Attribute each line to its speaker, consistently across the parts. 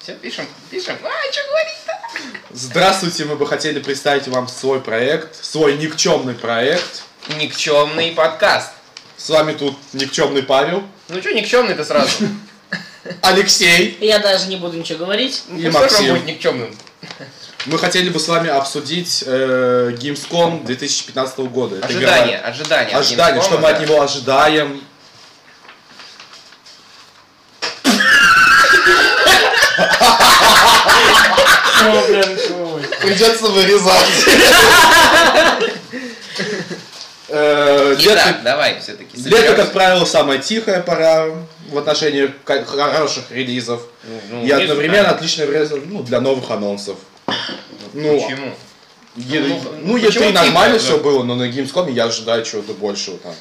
Speaker 1: Все, пишем, пишем. А, что говорить-то?
Speaker 2: Здравствуйте, мы бы хотели представить вам свой проект, свой никчемный проект.
Speaker 1: Никчемный подкаст.
Speaker 2: С вами тут никчемный Павел,
Speaker 1: Ну что, никчемный-то сразу?
Speaker 2: Алексей.
Speaker 3: Я даже не буду ничего говорить.
Speaker 1: Ну,
Speaker 2: И
Speaker 1: всё равно
Speaker 2: Максим.
Speaker 1: будет никчемным.
Speaker 2: Мы хотели бы с вами обсудить э, Gamescom 2015 года. Это
Speaker 1: Ожидание,
Speaker 2: игра-
Speaker 1: ожидание. от
Speaker 2: Ожидание,
Speaker 1: Gamescom,
Speaker 2: что мы от
Speaker 1: да.
Speaker 2: него ожидаем. Придется вырезать. Э, лето-
Speaker 1: Итак, давай все-таки.
Speaker 2: Лето, как правило, самая тихая пора в отношении ко- хороших релизов.
Speaker 1: Ну,
Speaker 2: И одновременно отличное время ну, для новых анонсов. Ну,
Speaker 1: Почему?
Speaker 2: Е-
Speaker 1: Ну,
Speaker 2: ну,
Speaker 1: почему тихо,
Speaker 2: E3 нормально
Speaker 1: да?
Speaker 2: все было, но на Gamescom я ожидаю чего-то большего там.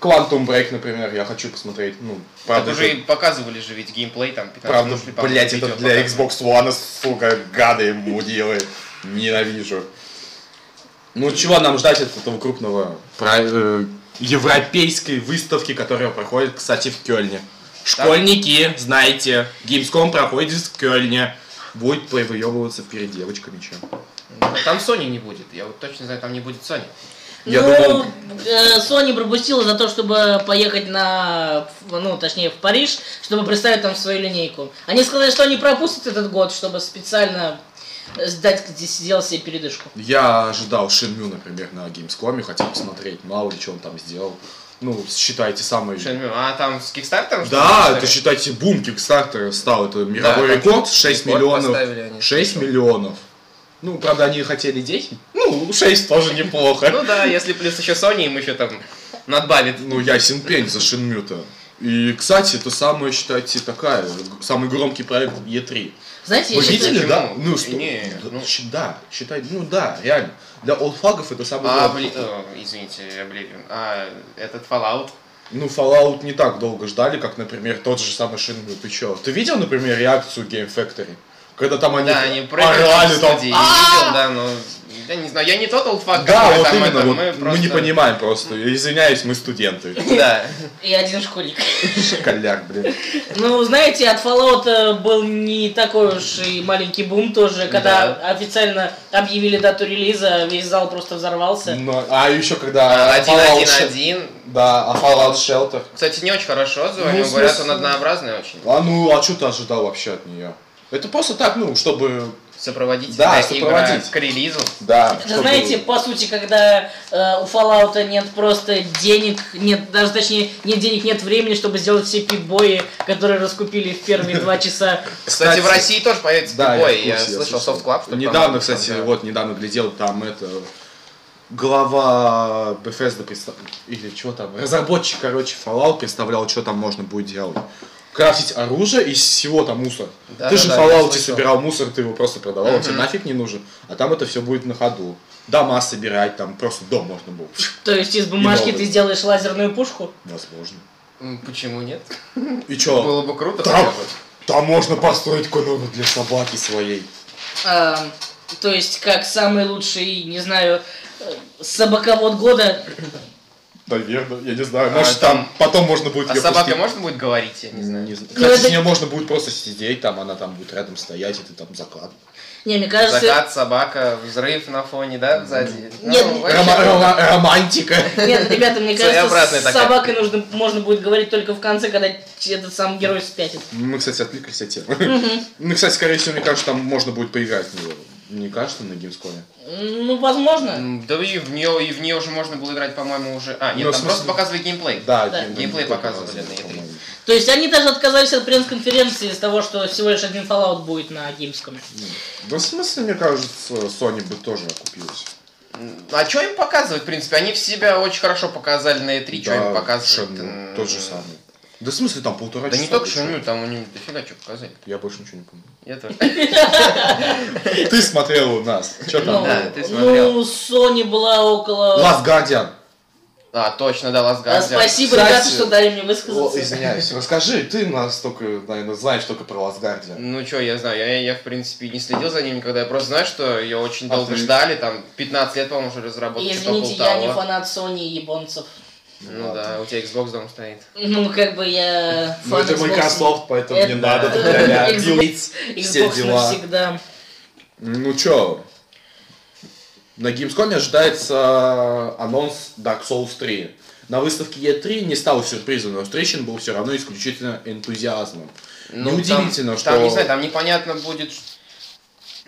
Speaker 2: Quantum Break, например, я хочу посмотреть. Ну,
Speaker 1: Тут
Speaker 2: правда,
Speaker 1: уже
Speaker 2: это,
Speaker 1: и показывали же ведь геймплей там 15
Speaker 2: правда
Speaker 1: минут. по-моему,
Speaker 2: блять, это
Speaker 1: видео
Speaker 2: для
Speaker 1: показывали.
Speaker 2: Xbox One, сука, гады, мудилы. Ненавижу. Ну, чего нам ждать от этого крупного про- э, европейской выставки, которая проходит, кстати, в Кёльне? Школьники, знаете, Gamescom проходит в Кёльне. Будет повыебываться перед девочками чем.
Speaker 1: Ну, Там Sony не будет. Я вот точно знаю, там не будет Sony.
Speaker 2: Я
Speaker 3: ну,
Speaker 2: думал-
Speaker 3: э, Sony пропустила за то, чтобы поехать на, ну, точнее, в Париж, чтобы представить там свою линейку. Они сказали, что они пропустят этот год, чтобы специально сдать, где сидел себе передышку.
Speaker 2: Я ожидал Шинмю, например, на Gamescom, хотел посмотреть, мало ли, что он там сделал. Ну, считайте самый...
Speaker 1: Шинмю. А там с Кикстартером? что ли,
Speaker 2: Да,
Speaker 1: поставили?
Speaker 2: это считайте бум Kickstarter стал, это мировой
Speaker 1: там
Speaker 2: рекорд, 6
Speaker 1: рекорд
Speaker 2: миллионов.
Speaker 1: поставили они.
Speaker 2: 6 миллионов. Ну, правда, они хотели 10. Ну, 6 тоже неплохо.
Speaker 1: Ну да, если плюс еще Sony им еще там надбавит.
Speaker 2: Ну, ясен пень за Шинмю-то. И, кстати, это самая, считайте, такая, самый громкий проект E3.
Speaker 3: Знаете,
Speaker 2: Вы
Speaker 3: я сейчас-
Speaker 2: видели, да?
Speaker 1: почему?
Speaker 2: Ну, что?
Speaker 1: Не,
Speaker 2: Да,
Speaker 1: ну.
Speaker 2: щ- Да, считай, ну да, реально. Для олдфагов это самый
Speaker 1: А,
Speaker 2: громкий.
Speaker 1: бли- э, извините, Oblivion. А, этот Fallout.
Speaker 2: Ну, Fallout не так долго ждали, как, например, тот же самый Shenmue. Ты чё? Ты видел, например, реакцию Game Factory? Когда там они,
Speaker 1: Да, они
Speaker 2: орали там. «А,
Speaker 1: Я видел, да, но... Я не знаю, я не тот олдфак,
Speaker 2: Да,
Speaker 1: который
Speaker 2: вот
Speaker 1: там
Speaker 2: именно,
Speaker 1: это,
Speaker 2: вот мы,
Speaker 1: просто-
Speaker 2: не понимаем просто. Извиняюсь, мы студенты.
Speaker 1: Да.
Speaker 3: И один школьник.
Speaker 2: Школяк, блин.
Speaker 3: Ну, знаете, от Fallout э, был не такой уж и маленький бум тоже, когда официально объявили дату релиза, весь зал просто взорвался.
Speaker 2: Но- а еще когда Fallout Sh-
Speaker 1: 1-1-1.
Speaker 2: Да, а Fallout Shelter.
Speaker 1: Кстати, не очень хорошо отзывы,
Speaker 2: Ну,
Speaker 1: они
Speaker 2: в
Speaker 1: говорят,
Speaker 2: смысле-
Speaker 1: он однообразный очень.
Speaker 2: А ну, а что ты ожидал вообще от нее? Это просто так, ну, чтобы...
Speaker 1: Сопроводить
Speaker 2: Да,
Speaker 1: э, игра-
Speaker 2: сопроводить.
Speaker 1: игра к релизу.
Speaker 2: Да.
Speaker 3: Это,
Speaker 2: чтобы-
Speaker 3: знаете, по сути, когда э, у Fallout нет просто денег, нет, даже точнее, нет денег, нет времени, чтобы сделать все пибои, которые раскупили в первые два часа.
Speaker 1: Кстати,
Speaker 2: Кстати,
Speaker 1: в России тоже появится
Speaker 2: Да,
Speaker 1: Big Boy,
Speaker 2: в
Speaker 1: я,
Speaker 2: курсе,
Speaker 1: слышал,
Speaker 2: слышал.
Speaker 1: Soft Club. что
Speaker 2: Недавно,
Speaker 1: там,
Speaker 2: кстати,
Speaker 1: там, да.
Speaker 2: вот недавно глядел там это глава Bethesda представ- или чего там, разработчик, короче, Fallout представлял, что там можно будет делать. Крафтить оружие из всего там мусора.
Speaker 1: Да,
Speaker 2: ты
Speaker 1: да,
Speaker 2: же
Speaker 1: да,
Speaker 2: в Fallout
Speaker 1: я слышал.
Speaker 2: собирал мусор, ты его просто продавал, он тебе
Speaker 1: Мгм.
Speaker 2: нафиг не нужен. А там это все будет на ходу. Дома собирать, там просто дом можно было.
Speaker 3: То есть из бумажки
Speaker 2: И новый.
Speaker 3: ты сделаешь лазерную пушку.
Speaker 2: Возможно.
Speaker 1: М, Почему нет?
Speaker 2: И чё?
Speaker 1: Было бы круто.
Speaker 2: Там,
Speaker 1: хотя бы.
Speaker 2: там можно построить корову для собаки своей.
Speaker 3: а, то есть как самый лучший, не знаю, э, собаковод года.
Speaker 2: Наверное, я не знаю.
Speaker 1: А,
Speaker 2: Может, там,
Speaker 1: там-
Speaker 2: потом можно будет
Speaker 1: А
Speaker 2: её
Speaker 1: собака
Speaker 2: пустить.
Speaker 1: можно будет говорить, я не знаю.
Speaker 2: Не знаю.
Speaker 3: Ну,
Speaker 2: Кстати,
Speaker 3: это-
Speaker 2: с ней можно будет просто сидеть, там она там будет рядом стоять, и ты там заклад.
Speaker 3: Не, мне кажется...
Speaker 1: Закат, собака, взрыв на фоне, да, сзади?
Speaker 3: Нет,
Speaker 1: Ну, вообще
Speaker 2: Рома-
Speaker 1: круто.
Speaker 2: рома- романтика.
Speaker 3: Нет, ребята, мне
Speaker 1: Своеобразная
Speaker 3: кажется, с
Speaker 1: такая.
Speaker 3: собакой нужно, можно будет говорить только в конце, когда этот сам герой спятит.
Speaker 2: Мы, кстати, отвлеклись от темы. Ну, кстати, скорее всего, мне кажется, там можно будет поиграть в него. Не кажется, на геймскоме?
Speaker 3: Ну, возможно.
Speaker 1: М, Да и в нее и в нее уже можно было играть, по-моему, уже. А, нет,
Speaker 2: Ну, в
Speaker 1: там
Speaker 2: смысле-
Speaker 1: просто показывали геймплей.
Speaker 2: Да,
Speaker 3: Да.
Speaker 2: гейм-
Speaker 1: Геймплей
Speaker 2: геймплей
Speaker 1: показывали на E3.
Speaker 2: по-моему.
Speaker 3: То есть они даже отказались от пресс-конференции из того, что всего лишь один Fallout будет на геймском.
Speaker 2: Ну, Да, в смысле, мне кажется, Sony бы тоже окупилась.
Speaker 1: М, А что им показывать, в принципе? Они в себя очень хорошо показали на E3, что
Speaker 2: Да,
Speaker 1: им показывают.
Speaker 2: Shenmue,
Speaker 1: М,
Speaker 2: тот же самый. Да в смысле, там полтора
Speaker 1: э, Да
Speaker 2: часа.
Speaker 1: не только
Speaker 2: больше.
Speaker 1: Шинмю, там у них дофига что показали.
Speaker 2: Я больше ничего не помню.
Speaker 1: Я тоже.
Speaker 2: Ты смотрел у нас. Что там
Speaker 3: Ну,
Speaker 1: да,
Speaker 2: было?
Speaker 1: ты смотрел.
Speaker 3: ну, Sony была около...
Speaker 2: Last Guardian.
Speaker 1: А, точно, да, Last
Speaker 3: А,
Speaker 1: Guardian.
Speaker 3: спасибо,
Speaker 2: Кстати,
Speaker 3: ребята, что дали мне
Speaker 2: О,
Speaker 3: высказаться.
Speaker 2: извиняюсь, расскажи, ты нас только, наверное, знаешь только про Last Guardian.
Speaker 1: Ну что, я знаю, я, я, в принципе не следил за ним никогда, я просто знаю, что ее очень
Speaker 2: А
Speaker 1: долго
Speaker 2: ты-
Speaker 1: ждали, там 15 лет, по-моему, уже разработали,
Speaker 3: И
Speaker 1: что-то
Speaker 3: Извините,
Speaker 1: около
Speaker 3: я не
Speaker 1: того.
Speaker 3: фанат Sony и японцев.
Speaker 1: Ну да, у тебя Xbox дома стоит.
Speaker 3: Ну, как бы я
Speaker 2: Ну, это
Speaker 3: Xbox.
Speaker 2: Microsoft, поэтому не
Speaker 3: Это-
Speaker 2: надо.
Speaker 3: Xbox-
Speaker 2: для Билл- все
Speaker 3: Xbox
Speaker 2: дела.
Speaker 3: навсегда.
Speaker 2: Ну чё, на Gamescom ожидается э, анонс Dark Souls 3. На выставке E3 не стало сюрпризом, но встречен был все равно исключительно энтузиазмом.
Speaker 1: Ну,
Speaker 2: Неудивительно,
Speaker 1: там,
Speaker 2: что-
Speaker 1: Там, не знаю, там непонятно будет, ш-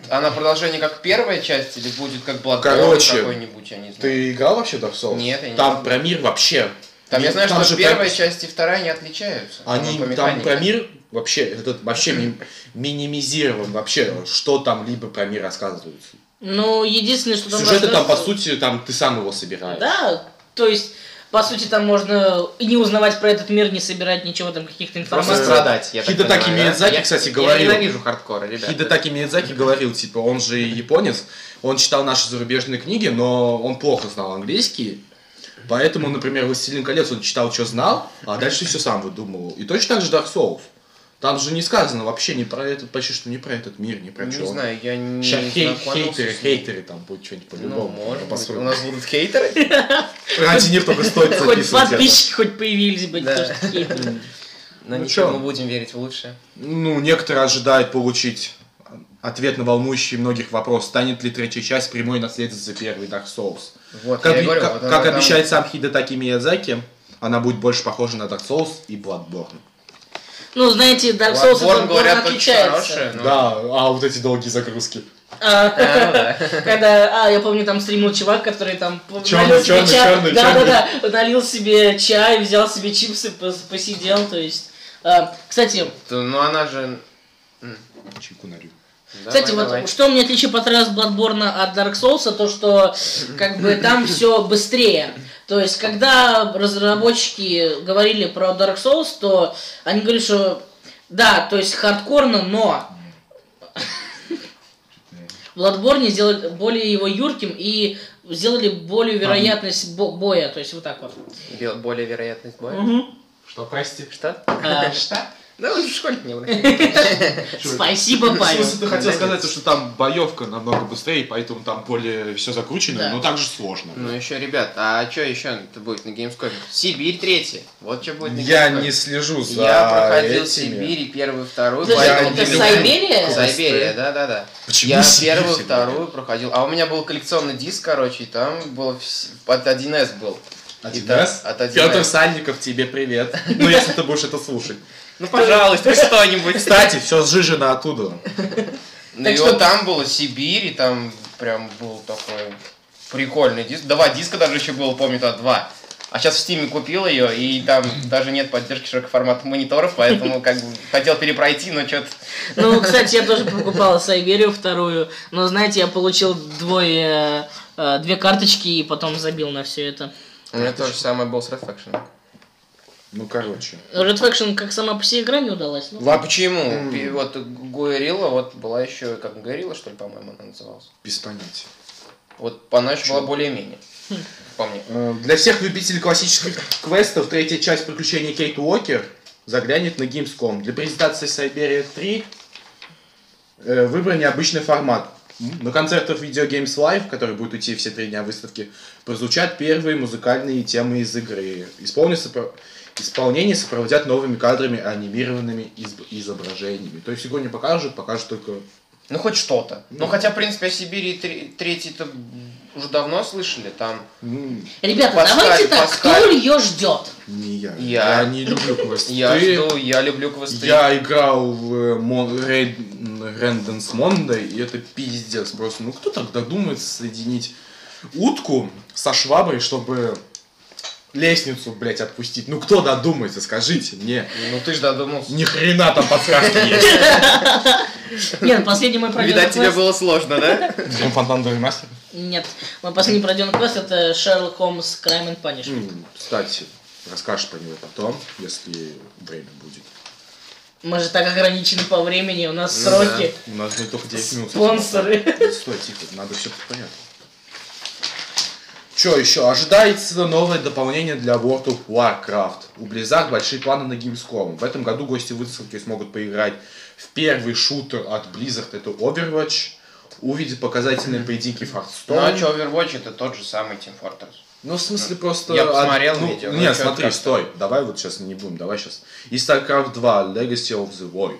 Speaker 1: она продолжение как первая часть или будет как Bloodborne
Speaker 2: Короче,
Speaker 1: какой-нибудь, я не знаю.
Speaker 2: Ты играл вообще в Dark Souls?
Speaker 1: Нет, я не
Speaker 2: Там
Speaker 1: играл.
Speaker 2: про мир вообще.
Speaker 1: Там я знаю,
Speaker 2: там
Speaker 1: что
Speaker 2: же
Speaker 1: первая
Speaker 2: про-
Speaker 1: часть и вторая не отличаются.
Speaker 2: Они
Speaker 1: Ну, по
Speaker 2: там
Speaker 1: механике.
Speaker 2: про мир вообще, этот вообще ми- минимизирован вообще, что там либо про мир рассказывается.
Speaker 3: Ну, единственное, что там...
Speaker 2: Сюжеты там, по
Speaker 3: рассказывается-
Speaker 2: сути, там ты сам его собираешь.
Speaker 3: Да, то есть, по сути, там можно и не узнавать про этот мир, не собирать ничего там, каких-то
Speaker 1: Просто
Speaker 3: информаций.
Speaker 1: страдать, я так
Speaker 2: Хидетаки
Speaker 1: понимаю, да?
Speaker 2: Миядзаки,
Speaker 1: Я-
Speaker 2: кстати, говорил.
Speaker 1: Я ненавижу хардкоры, ребята.
Speaker 2: Хидетаки Миядзаки говорил, типа, он же японец, он читал наши зарубежные книги, но он плохо знал английский. Поэтому, например, «Властелин колец» он читал, что знал, а дальше все сам выдумывал. И точно так же Dark Souls. Там же не сказано вообще не про этот, почти что не про этот мир, не про
Speaker 1: Ну, Не
Speaker 2: чё.
Speaker 1: знаю, я не
Speaker 2: Ща хей-
Speaker 1: знакомился
Speaker 2: хейтеры,
Speaker 1: с ним.
Speaker 2: хейтеры Ну, там будет что-нибудь
Speaker 1: Ну,
Speaker 2: по-любому.
Speaker 1: может быть.
Speaker 2: по-своему.
Speaker 1: У нас будут хейтеры?
Speaker 2: Ради них только стоит
Speaker 3: Хоть
Speaker 2: записывать это.
Speaker 3: подписчики хоть появились бы,
Speaker 1: Да.
Speaker 3: потому что такие.
Speaker 1: Но
Speaker 2: Ну
Speaker 1: ничего,
Speaker 2: чё?
Speaker 1: мы будем верить в лучшее.
Speaker 2: Ну, некоторые ожидают получить ответ на волнующий многих вопрос, станет ли третья часть прямой наследницей первой Dark Souls.
Speaker 1: Вот,
Speaker 2: Как,
Speaker 1: я и
Speaker 2: и-
Speaker 1: говорю,
Speaker 2: как-
Speaker 1: вот
Speaker 2: как
Speaker 1: она там-
Speaker 2: обещает сам Хидетаки Миядзаки, она будет больше похожа на Dark Souls и Bloodborne.
Speaker 3: Ну, знаете, Dark Souls и
Speaker 1: Bloodborne,
Speaker 3: Bloodborne
Speaker 1: говорят, очень
Speaker 3: отличаются.
Speaker 1: хорошие. но-
Speaker 2: Да, а вот эти долгие загрузки.
Speaker 3: А,
Speaker 1: А, ну да.
Speaker 3: Когда, а, я помню, там стримил чувак, который там п-
Speaker 2: Чёрный,
Speaker 3: налил себе
Speaker 2: чёрный, чёрный,
Speaker 3: да, да, да, налил себе чай, взял себе чипсы, пос- посидел, то есть. а, Кстати,
Speaker 1: То- Ну она же...
Speaker 2: Чайку налью.
Speaker 3: Кстати,
Speaker 1: Давай,
Speaker 3: вот
Speaker 1: давай.
Speaker 3: что мне отличие понравилось Bloodborne от Dark Souls, то что как бы там все быстрее. То есть, когда разработчики говорили про Dark Souls, то они говорили, что да, то есть хардкорно, но в Bloodborne сделали более его юрким и сделали более вероятность бо- боя, то есть вот так вот.
Speaker 1: Бе- Более вероятность боя. Типа,
Speaker 3: Мгм.
Speaker 2: Что, прости?
Speaker 1: Что?
Speaker 3: А,
Speaker 1: Да вы же школьник не вы.
Speaker 3: Спасибо, Павел.
Speaker 2: ты хотел сказать, то, что там боевка намного быстрее, поэтому там более все закручено,
Speaker 3: Да.
Speaker 2: но также сложно.
Speaker 1: Ну еще, ребят, а что еще это будет на геймскопе? Сибирь третий. Вот что будет на
Speaker 2: Я
Speaker 1: Gamescom.
Speaker 2: не слежу за
Speaker 1: Я проходил
Speaker 2: этими.
Speaker 1: Сибирь и первую, вторую.
Speaker 3: Подожди,
Speaker 2: Я
Speaker 1: поэтому
Speaker 2: не
Speaker 3: это
Speaker 1: люблю-
Speaker 3: Сайберия?
Speaker 1: Сайберия, да, да, да.
Speaker 2: Почему
Speaker 1: я
Speaker 2: Сибирь
Speaker 1: первую,
Speaker 2: всегда?
Speaker 1: вторую проходил. А у меня был коллекционный диск, короче, и там было вс- от 1С был. И
Speaker 2: 1С?
Speaker 1: так, От 1С.
Speaker 2: Петр А Сальников, тебе привет. Ну, если ты будешь это слушать.
Speaker 1: Ну, пожалуйста, что-нибудь.
Speaker 2: Кстати, все сжижено оттуда.
Speaker 1: Ну,
Speaker 3: Так
Speaker 1: и
Speaker 3: что-
Speaker 1: вот там было Сибирь, и там прям был такой прикольный диск. Два диска даже еще было, помню, то два. А сейчас в Стиме купил ее, и там даже нет поддержки широкоформатных мониторов, поэтому как бы хотел перепройти, но что-то...
Speaker 3: Ну, кстати, я тоже покупал Сайберию вторую, но, знаете, я получил двое, э, две карточки и потом забил на все это.
Speaker 1: У меня то же самое было с Red Faction.
Speaker 2: Ну, короче.
Speaker 3: Red Faction как сама по себе игра не удалась. ну.
Speaker 1: А почему?
Speaker 2: М.
Speaker 1: Пи- Вот Гуэрилла, вот была еще, как Гуэрилла, что ли, по-моему, она называлась.
Speaker 2: Без понятия.
Speaker 1: Вот она еще была более-менее, по мне.
Speaker 2: Э, Для всех любителей классических квестов третья часть приключений Кейт Уокер заглянет на Gamescom. Для презентации Сайберия 3 э, выбран необычный формат. На концертах Video Games Live, которые будут идти все три дня выставки, прозвучат первые музыкальные темы из игры. Исполнится про- Исполнение сопроводят новыми кадрами, анимированными изоб- изображениями. То есть игру не покажут, покажут только...
Speaker 1: Ну, хоть что-то. Ну,
Speaker 2: Ну.
Speaker 1: хотя, в принципе, о Сибири тре- третий-то уже давно слышали, там...
Speaker 2: м,
Speaker 3: Ребята,
Speaker 1: Паскаль,
Speaker 3: давайте так,
Speaker 1: Паскаль.
Speaker 3: кто ее ждет?
Speaker 2: Не я.
Speaker 1: Я.
Speaker 2: не люблю квесты.
Speaker 1: Я
Speaker 2: Ты-
Speaker 1: жду, я люблю квесты.
Speaker 2: Я играл в э, Мон- Рей- Рэнденс Мондай, и это пиздец просто. Ну кто тогда думает соединить утку со шваброй, чтобы лестницу, блядь, отпустить? Ну кто додумается, скажите мне.
Speaker 1: Ну, ты же додумался.
Speaker 2: Ни хрена там подсказки есть.
Speaker 3: Нет, ну, последний мой пройденный
Speaker 1: Видать, тебе
Speaker 3: квест...
Speaker 1: было сложно, да?
Speaker 2: Джим Фонтан Дори Мастер?
Speaker 3: Нет, мой последний пройденный квест это Шерлок Холмс Crime and Punishment.
Speaker 2: М, Кстати, расскажешь про него потом, если время будет.
Speaker 3: Мы же так ограничены по времени, у нас
Speaker 1: Ну
Speaker 3: сроки.
Speaker 2: У нас будет только 10 минут.
Speaker 3: Спонсоры.
Speaker 2: Стой, тихо, надо все по порядку. Что еще? Ожидается новое дополнение для World of Warcraft. У Blizzard большие планы на Gamescom. В этом году гости выставки смогут поиграть в первый шутер от Blizzard, это Overwatch. Увидят показательные поединки
Speaker 1: Ну, а
Speaker 2: Hearthstone.
Speaker 1: что, Overwatch это тот же самый Team Fortress.
Speaker 2: Ну, в смысле, просто...
Speaker 1: Я посмотрел
Speaker 2: от- ну,
Speaker 1: видео, ну,
Speaker 2: Нет,
Speaker 1: чё,
Speaker 2: смотри,
Speaker 1: как-то.
Speaker 2: стой. Давай вот сейчас не будем, давай сейчас. И StarCraft 2, Legacy of the Void.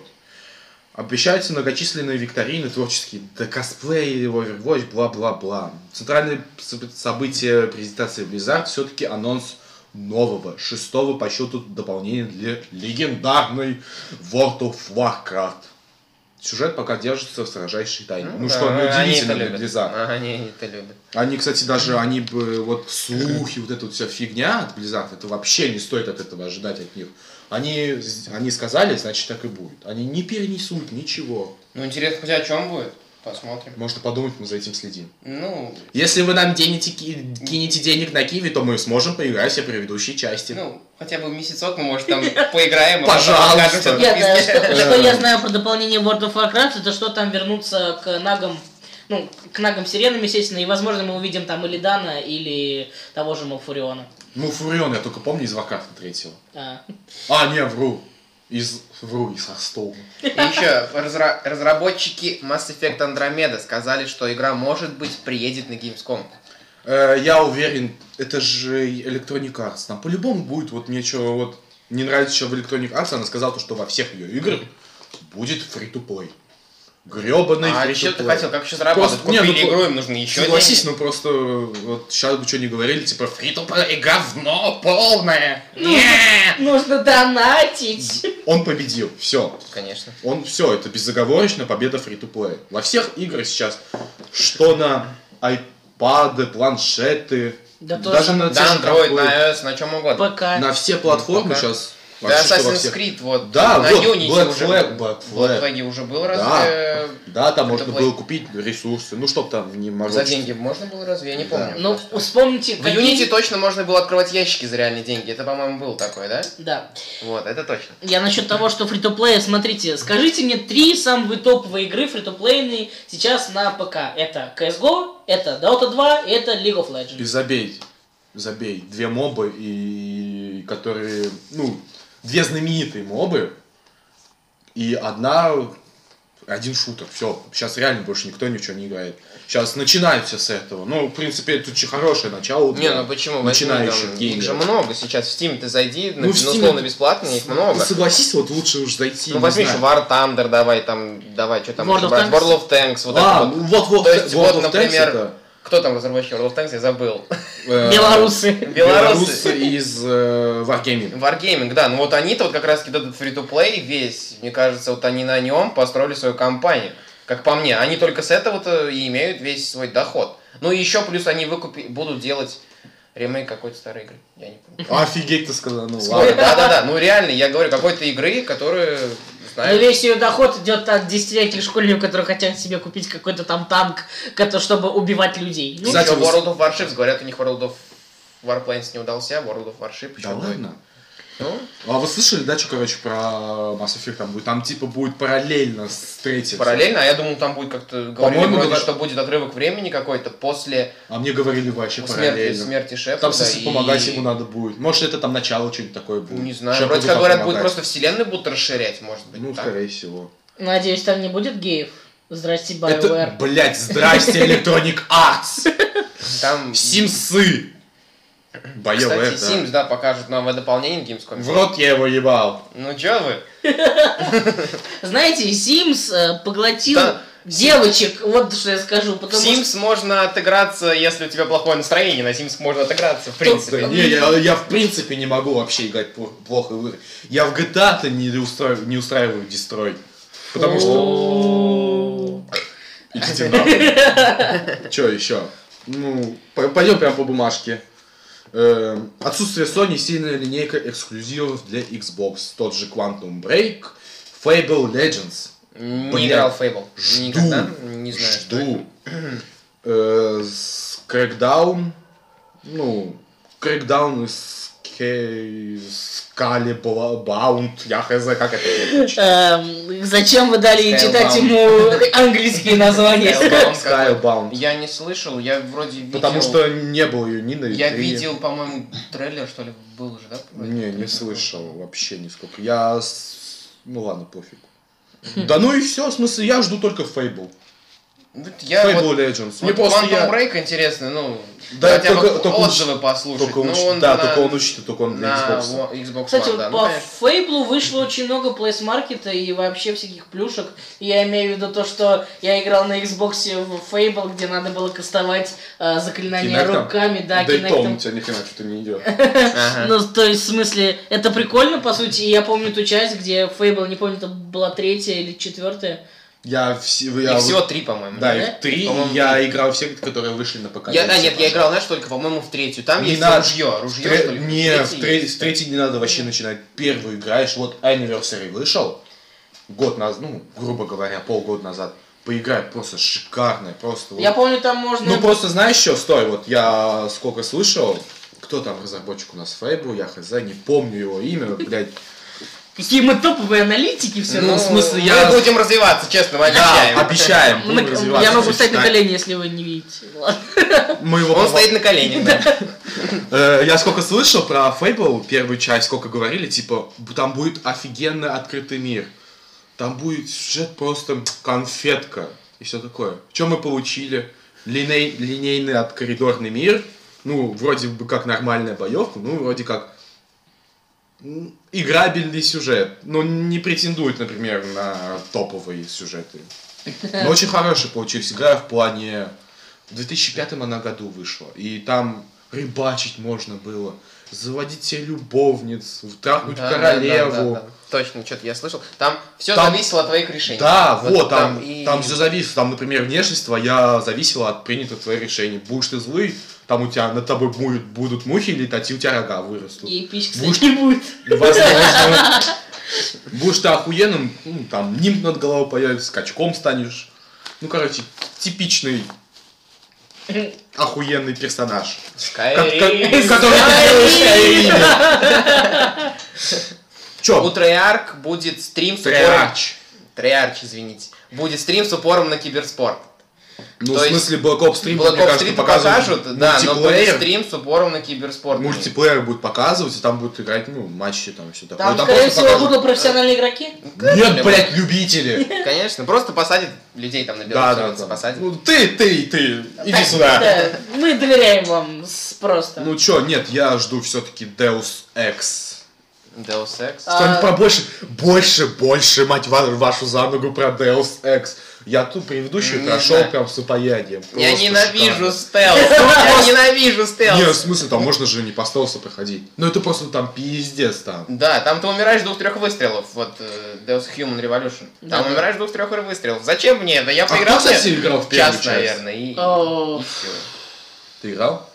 Speaker 2: Обещаются многочисленные викторины, творческие, да косплей, Overwatch, бла-бла-бла. Центральное с- событие презентации Blizzard все-таки анонс нового, шестого по счету дополнения для легендарной World of Warcraft. Сюжет пока держится в сражайшей тайне. Ну, что
Speaker 1: да, они
Speaker 2: неудивительно
Speaker 1: это
Speaker 2: для
Speaker 1: любят. А,
Speaker 2: Blizzard.
Speaker 1: Ага, Они это любят.
Speaker 2: Они, кстати, даже, они бы, вот слухи, вот эта вот вся фигня от Blizzard, это вообще не стоит от этого ожидать от них. Они, они сказали, значит, так и будет. Они не перенесут ничего.
Speaker 1: Ну, интересно, хотя о чем будет? Посмотрим.
Speaker 2: Можно подумать, мы за этим следим.
Speaker 1: Ну,
Speaker 2: Если вы нам денете, ки- кинете денег на Киви, то мы сможем поиграть все предыдущие части.
Speaker 1: ну, хотя бы месяцок мы, может, там поиграем. а
Speaker 2: Пожалуйста.
Speaker 1: потом окажемся в
Speaker 3: Нет, а
Speaker 1: списке.
Speaker 3: что, что я знаю про дополнение World of Warcraft, это что там вернуться к нагам, ну, к нагам сиренам, естественно, и, возможно, мы увидим там или Дана, или того же Малфуриона.
Speaker 2: Ну, Фурион, я только помню из Варкрафта третьего.
Speaker 3: А.
Speaker 2: А, не, вру. Из, вру, из Ростола.
Speaker 1: И еще разра- разработчики Mass Effect Andromeda сказали, что игра, может быть, приедет на Gamescom.
Speaker 2: Э, Я уверен, это же Electronic Arts. Там по-любому будет вот мне чё, вот не нравится, что в Electronic Arts она сказала, то, что во всех ее играх будет фри to play. Гребаный
Speaker 1: а
Speaker 2: free-to-play.
Speaker 1: еще ты хотел, как еще заработать?
Speaker 2: Просто- не,
Speaker 1: Купили
Speaker 2: ну,
Speaker 1: игру, им нужно еще
Speaker 2: Согласись, ну просто вот сейчас бы что не говорили, типа фри to play говно полное. Не!
Speaker 3: Нужно донатить.
Speaker 2: Он победил, все.
Speaker 1: Конечно.
Speaker 2: Он все, это безоговорочно победа фри to play. Во всех играх сейчас, что на iPad, планшеты,
Speaker 3: Да то
Speaker 2: даже
Speaker 3: же-
Speaker 2: на
Speaker 1: Да,
Speaker 2: те ну, же
Speaker 1: Android,
Speaker 2: такой-
Speaker 1: на iOS, на чем угодно.
Speaker 3: ПК.
Speaker 2: На все платформы
Speaker 1: Ну, Пока.
Speaker 2: сейчас.
Speaker 1: Да,
Speaker 2: вообще, что во
Speaker 1: Assassin's
Speaker 2: всех.
Speaker 1: Creed, вот.
Speaker 2: Да,
Speaker 1: на
Speaker 2: вот,
Speaker 1: Unity
Speaker 2: Black
Speaker 1: уже
Speaker 2: Flag,
Speaker 1: был.
Speaker 2: Black
Speaker 1: Black
Speaker 2: Flag.
Speaker 1: Flag уже был
Speaker 2: Да.
Speaker 1: разве... э,
Speaker 2: Да, там можно
Speaker 1: Free-to-play.
Speaker 2: было купить ресурсы, ну чтоб там не
Speaker 1: За
Speaker 2: морочить.
Speaker 1: деньги можно было разве? Я не
Speaker 2: Да.
Speaker 1: помню.
Speaker 3: Ну,
Speaker 1: просто.
Speaker 3: вспомните,
Speaker 1: В
Speaker 3: какие-
Speaker 1: Unity точно можно было открывать ящики за реальные деньги. Это, по-моему, был такой, да?
Speaker 3: Да.
Speaker 1: Вот, это точно.
Speaker 3: Я насчет того, что фри смотрите, скажите мне три самые топовые игры фри сейчас на ПК. Это CSGO, это Dota 2, это League of Legends.
Speaker 2: И забей, забей. Две мобы, и которые, ну, две знаменитые мобы, и одна, один шутер. Все, сейчас реально больше никто ничего не играет. Сейчас начинают все с этого. Ну, в принципе, это очень хорошее начало.
Speaker 1: Не,
Speaker 2: для
Speaker 1: ну почему? Возьми, там,
Speaker 2: Начинающих
Speaker 1: Их же
Speaker 2: геймеров.
Speaker 1: много сейчас. В Steam ты зайди, на-
Speaker 2: Ну,
Speaker 1: ну,
Speaker 2: в Steam-
Speaker 1: условно бесплатно, их
Speaker 2: Ну,
Speaker 1: много.
Speaker 2: согласись, вот лучше уж зайти.
Speaker 1: Ну
Speaker 2: не
Speaker 1: возьми еще
Speaker 2: знаю.
Speaker 1: War Thunder, давай там, давай, что там
Speaker 3: World
Speaker 1: еще
Speaker 3: of
Speaker 1: брать?
Speaker 3: Tanks?
Speaker 1: World of Tanks, вот
Speaker 2: а,
Speaker 1: это вот.
Speaker 2: ну, вот, вот,
Speaker 1: То есть,
Speaker 2: World
Speaker 1: вот,
Speaker 2: of Tanks
Speaker 1: например,
Speaker 2: это,
Speaker 1: Кто там разработчик World of Tanks, я забыл.
Speaker 2: э,
Speaker 1: Белорусы.
Speaker 3: Белорусы.
Speaker 2: белорусы из э, Wargaming.
Speaker 1: Wargaming, да, ну вот они-то вот как раз этот фри-то-плей весь, мне кажется, вот они на нем построили свою компанию. Как по мне, они только с этого-то и имеют весь свой доход. Ну и еще плюс они выкупи- будут делать ремейк какой-то старой игры, я не помню.
Speaker 2: Офигеть ты сказал, ну
Speaker 1: Сколько?
Speaker 2: ладно.
Speaker 1: Да-да-да, ну реально, я говорю, какой-то игры, которую,
Speaker 3: Но
Speaker 1: знаешь,
Speaker 3: весь ее доход идет от десятилетних школьников, которые хотят себе купить какой-то там танк, кото- чтобы убивать людей. Ну,
Speaker 1: ну,
Speaker 2: Кстати,
Speaker 1: еще
Speaker 2: вы-
Speaker 1: World of Warships, говорят, у них World of Warplanes не удался, World of Warship еще
Speaker 2: Да
Speaker 1: будет.
Speaker 2: ладно.
Speaker 1: Ну,
Speaker 2: А вы слышали, да, что, короче, про Mass Effect там будет? Там, типа, будет параллельно с третьим.
Speaker 1: параллельно, а я думал, там будет как-то, говорили
Speaker 2: По-моему,
Speaker 1: вроде,
Speaker 2: говорят-
Speaker 1: что будет отрывок времени какой-то после
Speaker 2: А мне говорили вообще
Speaker 1: смерти,
Speaker 2: параллельно.
Speaker 1: смерти Шепарда.
Speaker 2: Там, в смысле,
Speaker 1: и-
Speaker 2: помогать ему надо будет. Может, это там начало что-нибудь такое будет.
Speaker 1: Не знаю,
Speaker 2: Шепарду
Speaker 1: вроде как
Speaker 2: там
Speaker 1: говорят, будет
Speaker 2: помогать.
Speaker 1: просто вселенную будут расширять, может быть.
Speaker 2: Ну,
Speaker 1: так.
Speaker 2: скорее всего.
Speaker 3: Надеюсь, там не будет геев. Здрасте,
Speaker 2: Это,
Speaker 3: BioWare.
Speaker 2: блядь, здрасте, Electronic Arts!
Speaker 1: Там,
Speaker 2: Симсы!
Speaker 1: кстати,
Speaker 2: Боевые, да.
Speaker 1: Sims, да, покажут нам в дополнение к Gamescom.
Speaker 2: В рот я его ебал.
Speaker 1: Ну, чё вы?
Speaker 3: Знаете, Sims э, поглотил
Speaker 1: Да.
Speaker 3: девочек, вот что я скажу. Потому
Speaker 1: В Sims можно отыграться, если у тебя плохое настроение, на Sims можно отыграться, в принципе.
Speaker 2: Да не, я, я в принципе не могу вообще играть пл- плохо. в игры. Я в GTA-то не устраиваю, не устраиваю дестрой. Потому что...
Speaker 3: что...
Speaker 2: Идите нахуй. Чё еще? Ну, пойдем прям по бумажке. Эм, Отсутствие Sony, сильная линейка эксклюзивов для Xbox. Тот же Quantum Break, Fable Legends.
Speaker 1: Не
Speaker 2: Блядь.
Speaker 1: играл в Fable.
Speaker 2: Жду.
Speaker 1: Никогда. Не знаю, что это.
Speaker 2: Жду. Э, с Crackdown. Ну, Crackdown из Скали Баунд. Я хз, как это?
Speaker 3: Эм, зачем вы дали
Speaker 1: Skylbound.
Speaker 3: читать ему английские названия?
Speaker 1: Skylbound какой-то.
Speaker 2: Скайлбаунд.
Speaker 1: Я не слышал, я вроде видел...
Speaker 2: Потому что не было ее ни на
Speaker 1: Я
Speaker 2: E3.
Speaker 1: видел, по-моему, трейлер, что ли, был же, да?
Speaker 2: Не, не слышал вообще нисколько. Я... с- Ну ладно, пофиг. Да ну и все, в смысле, я жду только Fable.
Speaker 1: Ну, Я
Speaker 2: Fable
Speaker 1: вот...
Speaker 2: Legends.
Speaker 1: Мне
Speaker 2: Вот просто
Speaker 1: Quantum
Speaker 2: я-
Speaker 1: Break интересно, ну,
Speaker 2: Да,
Speaker 1: хотя
Speaker 2: только-
Speaker 1: бы
Speaker 2: только он
Speaker 1: отзывы послушать.
Speaker 2: Только он,
Speaker 1: Ну,
Speaker 2: уч- да,
Speaker 1: на-
Speaker 2: только он учится, только он для
Speaker 1: на
Speaker 2: Xbox.
Speaker 1: во- Xbox
Speaker 3: Кстати,
Speaker 1: One,
Speaker 3: вот
Speaker 1: да, ну,
Speaker 3: по
Speaker 1: конечно.
Speaker 3: Фейблу вышло очень много плейсмаркета и вообще всяких плюшек. И я имею в виду то, что я играл на Xbox в Fable, где надо было кастовать э, заклинания
Speaker 2: Кинектом?
Speaker 3: руками,
Speaker 2: Да
Speaker 3: да,
Speaker 2: и то у
Speaker 3: кинектом.
Speaker 2: тебя ни хрена что-то не идет.
Speaker 1: Ага.
Speaker 3: Ну, то есть, в смысле, это прикольно, по сути, и я помню ту часть, где Фейбл, не помню, это была третья или четвертая.
Speaker 2: Я все...
Speaker 1: Их всего три, по-моему.
Speaker 2: Да,
Speaker 3: да?
Speaker 2: и в три,
Speaker 1: По-моему,
Speaker 2: и я играл все, которые вышли на ПК.
Speaker 1: Я, да,
Speaker 2: все
Speaker 1: нет, я
Speaker 2: прошел.
Speaker 1: играл, знаешь, только, по-моему, в третью. Там
Speaker 2: Не
Speaker 1: есть
Speaker 2: надо.
Speaker 1: ружье.
Speaker 2: В
Speaker 1: Ружье,
Speaker 2: тре-
Speaker 1: что ли?
Speaker 2: Не, в,
Speaker 1: третьей
Speaker 2: тре- в третий не надо вообще начинать. Первую играешь, вот Anniversary вышел, год назад, ну, грубо говоря, полгода назад. Поиграй, просто шикарная, просто... вот-
Speaker 3: Я помню, там можно...
Speaker 2: Ну, просто знаешь что, стой, вот я сколько слышал, кто там разработчик у нас Фейбл, я хз, не помню его имя, блядь.
Speaker 3: Какие мы топовые аналитики все
Speaker 2: Ну, в смысле, я-
Speaker 1: Мы будем развиваться, честно, мы
Speaker 2: Да,
Speaker 1: обещаем.
Speaker 2: обещаем. будем развиваться,
Speaker 3: Я могу
Speaker 2: всё
Speaker 3: встать на
Speaker 2: читать.
Speaker 3: колени, если вы не видите. Ладно.
Speaker 2: Мы его
Speaker 1: Он
Speaker 2: пова-
Speaker 1: стоит на коленях, да.
Speaker 2: Э, Я сколько слышал про Фейбл, первую часть, сколько говорили, типа, б- там будет офигенно открытый мир. Там будет сюжет просто конфетка и все такое. Чем мы получили? Линей- линейный от коридорный мир. Ну, вроде бы как нормальная боевка, ну, вроде как м, играбельный сюжет. Но не претендует, например, на топовые сюжеты. Но очень хорошая получилась игра в плане... В 2005 она году вышла. И там рыбачить можно было. Заводить себе любовниц, трахнуть
Speaker 1: Да, да,
Speaker 2: королеву.
Speaker 1: да, да, да. Точно, что-то я слышал. Там все
Speaker 2: Там-
Speaker 1: зависело от твоих решений.
Speaker 2: Да, вот, там,
Speaker 1: и-
Speaker 2: там все зависит. Там, например, внешность твоя зависела от принятых твоих решений. Будешь ты злый, там у тебя над тобой будут, будут мухи летать, и у тебя рога вырастут.
Speaker 3: И пич,
Speaker 2: Будешь-
Speaker 3: кстати, не будет.
Speaker 2: Возможно. Будешь ты охуенным, ну, там, нимб над головой появится, скачком станешь. Ну, короче, типичный охуенный персонаж. Как- как-
Speaker 1: Skyrim.
Speaker 2: который
Speaker 1: Skyrim. У
Speaker 2: Чё?
Speaker 1: Трейарк будет стрим с упором...
Speaker 2: Тряч.
Speaker 1: Трейарч, извините. Будет стрим с упором на киберспорт.
Speaker 2: Ну,
Speaker 1: То
Speaker 2: в
Speaker 1: есть
Speaker 2: смысле, Black Ops 3,
Speaker 1: Black
Speaker 2: мне
Speaker 1: Ops
Speaker 2: кажется,
Speaker 1: 3
Speaker 2: показывают
Speaker 1: покажут, да, но будет
Speaker 2: мультиплеер.
Speaker 1: стрим с упором на киберспорт.
Speaker 2: Мультиплеер будет показывать, и там будут играть, ну, матчи там все такое. Ну,
Speaker 3: Там,
Speaker 2: Там
Speaker 3: скорее
Speaker 2: просто
Speaker 3: всего,
Speaker 2: покажут-
Speaker 3: будут профессиональные игроки.
Speaker 1: Конечно,
Speaker 2: Нет, блядь, любители.
Speaker 1: Конечно, просто посадят людей там на
Speaker 2: Да, да,
Speaker 1: белом
Speaker 2: да.
Speaker 1: посадят.
Speaker 2: Ну, ты, ты, ты, иди
Speaker 3: Так,
Speaker 2: сюда.
Speaker 3: да, Мы доверяем вам с- просто.
Speaker 2: Ну чё, нет, я жду все таки Deus Ex.
Speaker 1: Deus Ex.
Speaker 3: А-
Speaker 2: Что-нибудь побольше, больше, больше, мать ва- вашу за ногу про Deus Ex. Я ту предыдущую
Speaker 1: Не
Speaker 2: прошел
Speaker 1: знаю.
Speaker 2: прям с упоянием.
Speaker 1: Я
Speaker 2: Просто
Speaker 1: ненавижу
Speaker 2: шикарно.
Speaker 1: стелс. Я ненавижу
Speaker 2: Не, в
Speaker 1: стелс.
Speaker 2: смысле, там можно же не по стелсу проходить. Ну это просто там пиздец там.
Speaker 1: Да, там ты умираешь двух-трех выстрелов. Вот э, Deus Human Revolution.
Speaker 3: Да,
Speaker 1: Там
Speaker 3: да.
Speaker 1: умираешь двух-трех выстрелов. Зачем мне это? Я
Speaker 2: А кто,
Speaker 1: поиграл
Speaker 2: кстати,
Speaker 1: мне
Speaker 2: играл в первую
Speaker 1: час,
Speaker 2: часть?
Speaker 1: наверное, и, и
Speaker 3: О.
Speaker 1: всё.
Speaker 2: Ты играл?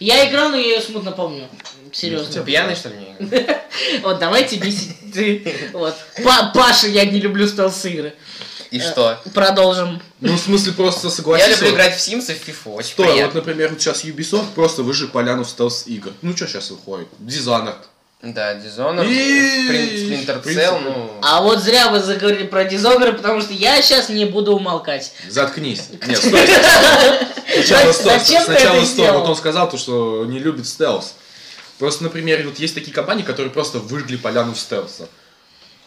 Speaker 3: Я играл, но я ее смутно помню.
Speaker 1: Ты
Speaker 2: Ну,
Speaker 3: Серьезно.
Speaker 1: пьяный, что ли, не играл?
Speaker 3: Вот, давайте бесить ты. Вот. Па- Паша, я не люблю стелс-игры. Э,
Speaker 1: И что?
Speaker 3: Продолжим.
Speaker 2: Ну, в смысле, просто
Speaker 1: Я
Speaker 2: согласись.
Speaker 1: люблю
Speaker 2: вот-
Speaker 1: играть в Sims и в FIFA, очень
Speaker 2: Стой, вот,
Speaker 1: приятно.
Speaker 2: например, вот сейчас Ubisoft просто выжил поляну стелс-игр. Ну, что сейчас выходит? Dishonored.
Speaker 1: Да, Dishonored,
Speaker 2: И-
Speaker 1: Splin- Splinter
Speaker 2: в принципе.
Speaker 1: Cell, ну...
Speaker 3: А вот зря вы заговорили про Dishonored, потому что я сейчас не буду умолкать.
Speaker 2: Заткнись. Нет, стой. Сначала стой,
Speaker 3: Зачем
Speaker 2: сначала
Speaker 3: ты это
Speaker 2: стой. Вот
Speaker 3: сделал?
Speaker 2: он сказал то, что не любит стелс. Просто, например, вот есть такие компании, которые просто выжгли поляну стелса.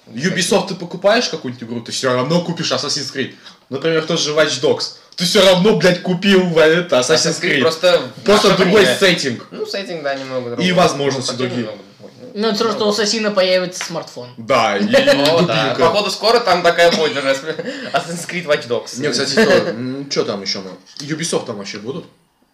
Speaker 2: Ubisoft ты покупаешь какую-нибудь игру, ты все равно купишь Assassin's Creed. Например, тот же Watch Dogs. Ты все равно, блядь, купил во- это Assassin's Creed. Просто,
Speaker 1: Просто... в наше
Speaker 2: другой
Speaker 1: время.
Speaker 2: сеттинг.
Speaker 1: Ну, сеттинг, да, немного другой.
Speaker 2: И возможности
Speaker 1: Хотя
Speaker 2: другие.
Speaker 1: немного другой.
Speaker 3: Ну, это всё, что у Ассасина появится смартфон.
Speaker 2: Да, и
Speaker 1: О, да.
Speaker 2: дубинка.
Speaker 1: Походу, скоро там такая будет уже. Assassin's Creed Watch Dogs.
Speaker 2: Нет, кстати, что, что там еще мы? Ubisoft там вообще будут?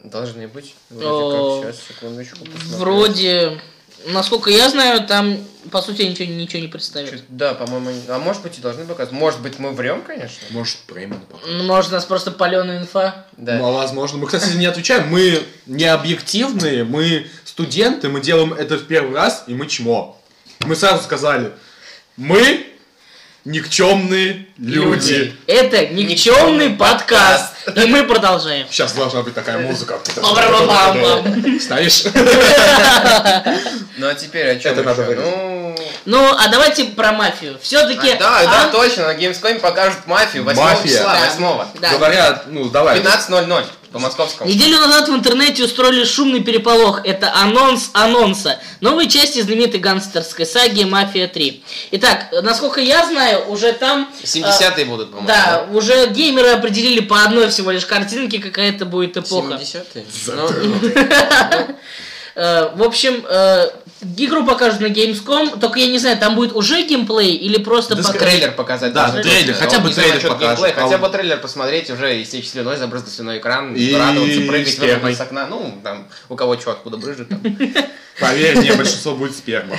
Speaker 1: Должны быть.
Speaker 3: О,
Speaker 1: Вроде как, сейчас, секундочку. посмотрю.
Speaker 3: Вроде, насколько я знаю, там, по сути, ничего, ничего не представили.
Speaker 1: Чё- Да, по-моему, они- а может быть и должны показывать. Может быть, мы врем, конечно.
Speaker 2: Может, премиум пока.
Speaker 3: Ну, Может, у нас просто паленая инфа.
Speaker 1: Да.
Speaker 2: Ну, а возможно. Мы, кстати, не отвечаем. Мы не объективные, мы студенты, мы делаем это в первый раз, и мы чмо. Мы сразу сказали, мы никчемные люди.
Speaker 3: Это никчемный подкаст. И мы продолжаем.
Speaker 2: Сейчас должна быть такая музыка.
Speaker 3: Пам-пам-пам-пам.
Speaker 2: Знаешь?
Speaker 1: Ну а теперь о чем
Speaker 2: Это надо
Speaker 1: еще?
Speaker 2: вырезать.
Speaker 1: Ну.
Speaker 3: Ну, а давайте про мафию. Все-таки...
Speaker 1: а, да, да, точно, на Gamescom покажут мафию 8
Speaker 2: Мафия.
Speaker 1: числа,
Speaker 3: Да.
Speaker 1: 8
Speaker 3: Да.
Speaker 2: Говорят, ну давай.
Speaker 1: 15.00. По московскому.
Speaker 3: Неделю назад в интернете устроили шумный переполох. Это анонс анонса. Новой части знаменитой гангстерской саги «Мафия 3». Итак, насколько я знаю, уже там... э,
Speaker 1: 70-е будут, по-моему.
Speaker 3: Да, уже геймеры определили по одной всего лишь картинке, какая это будет эпоха.
Speaker 1: 70-е? ну, типа
Speaker 3: Э, В общем, э, игру покажут на Gamescom, только я не знаю, там будет уже геймплей или просто
Speaker 2: Да
Speaker 1: Ну,
Speaker 3: пока-
Speaker 1: трейлер показать.
Speaker 2: Да,
Speaker 1: должны.
Speaker 2: трейлер,
Speaker 1: Он
Speaker 2: хотя бы
Speaker 1: не знаю,
Speaker 2: трейлер
Speaker 1: что это
Speaker 2: покажет.
Speaker 1: геймплей,
Speaker 2: А
Speaker 1: Хотя
Speaker 2: вот-
Speaker 1: бы трейлер посмотреть, уже истечь слюной, забрызгать слюной экран,
Speaker 2: И
Speaker 1: радоваться, прыгать,
Speaker 2: спермой.
Speaker 1: выпрыгивать с окна. Ну, там, у кого что, откуда брызжет. там.
Speaker 2: Поверь мне, большинство будет сперма.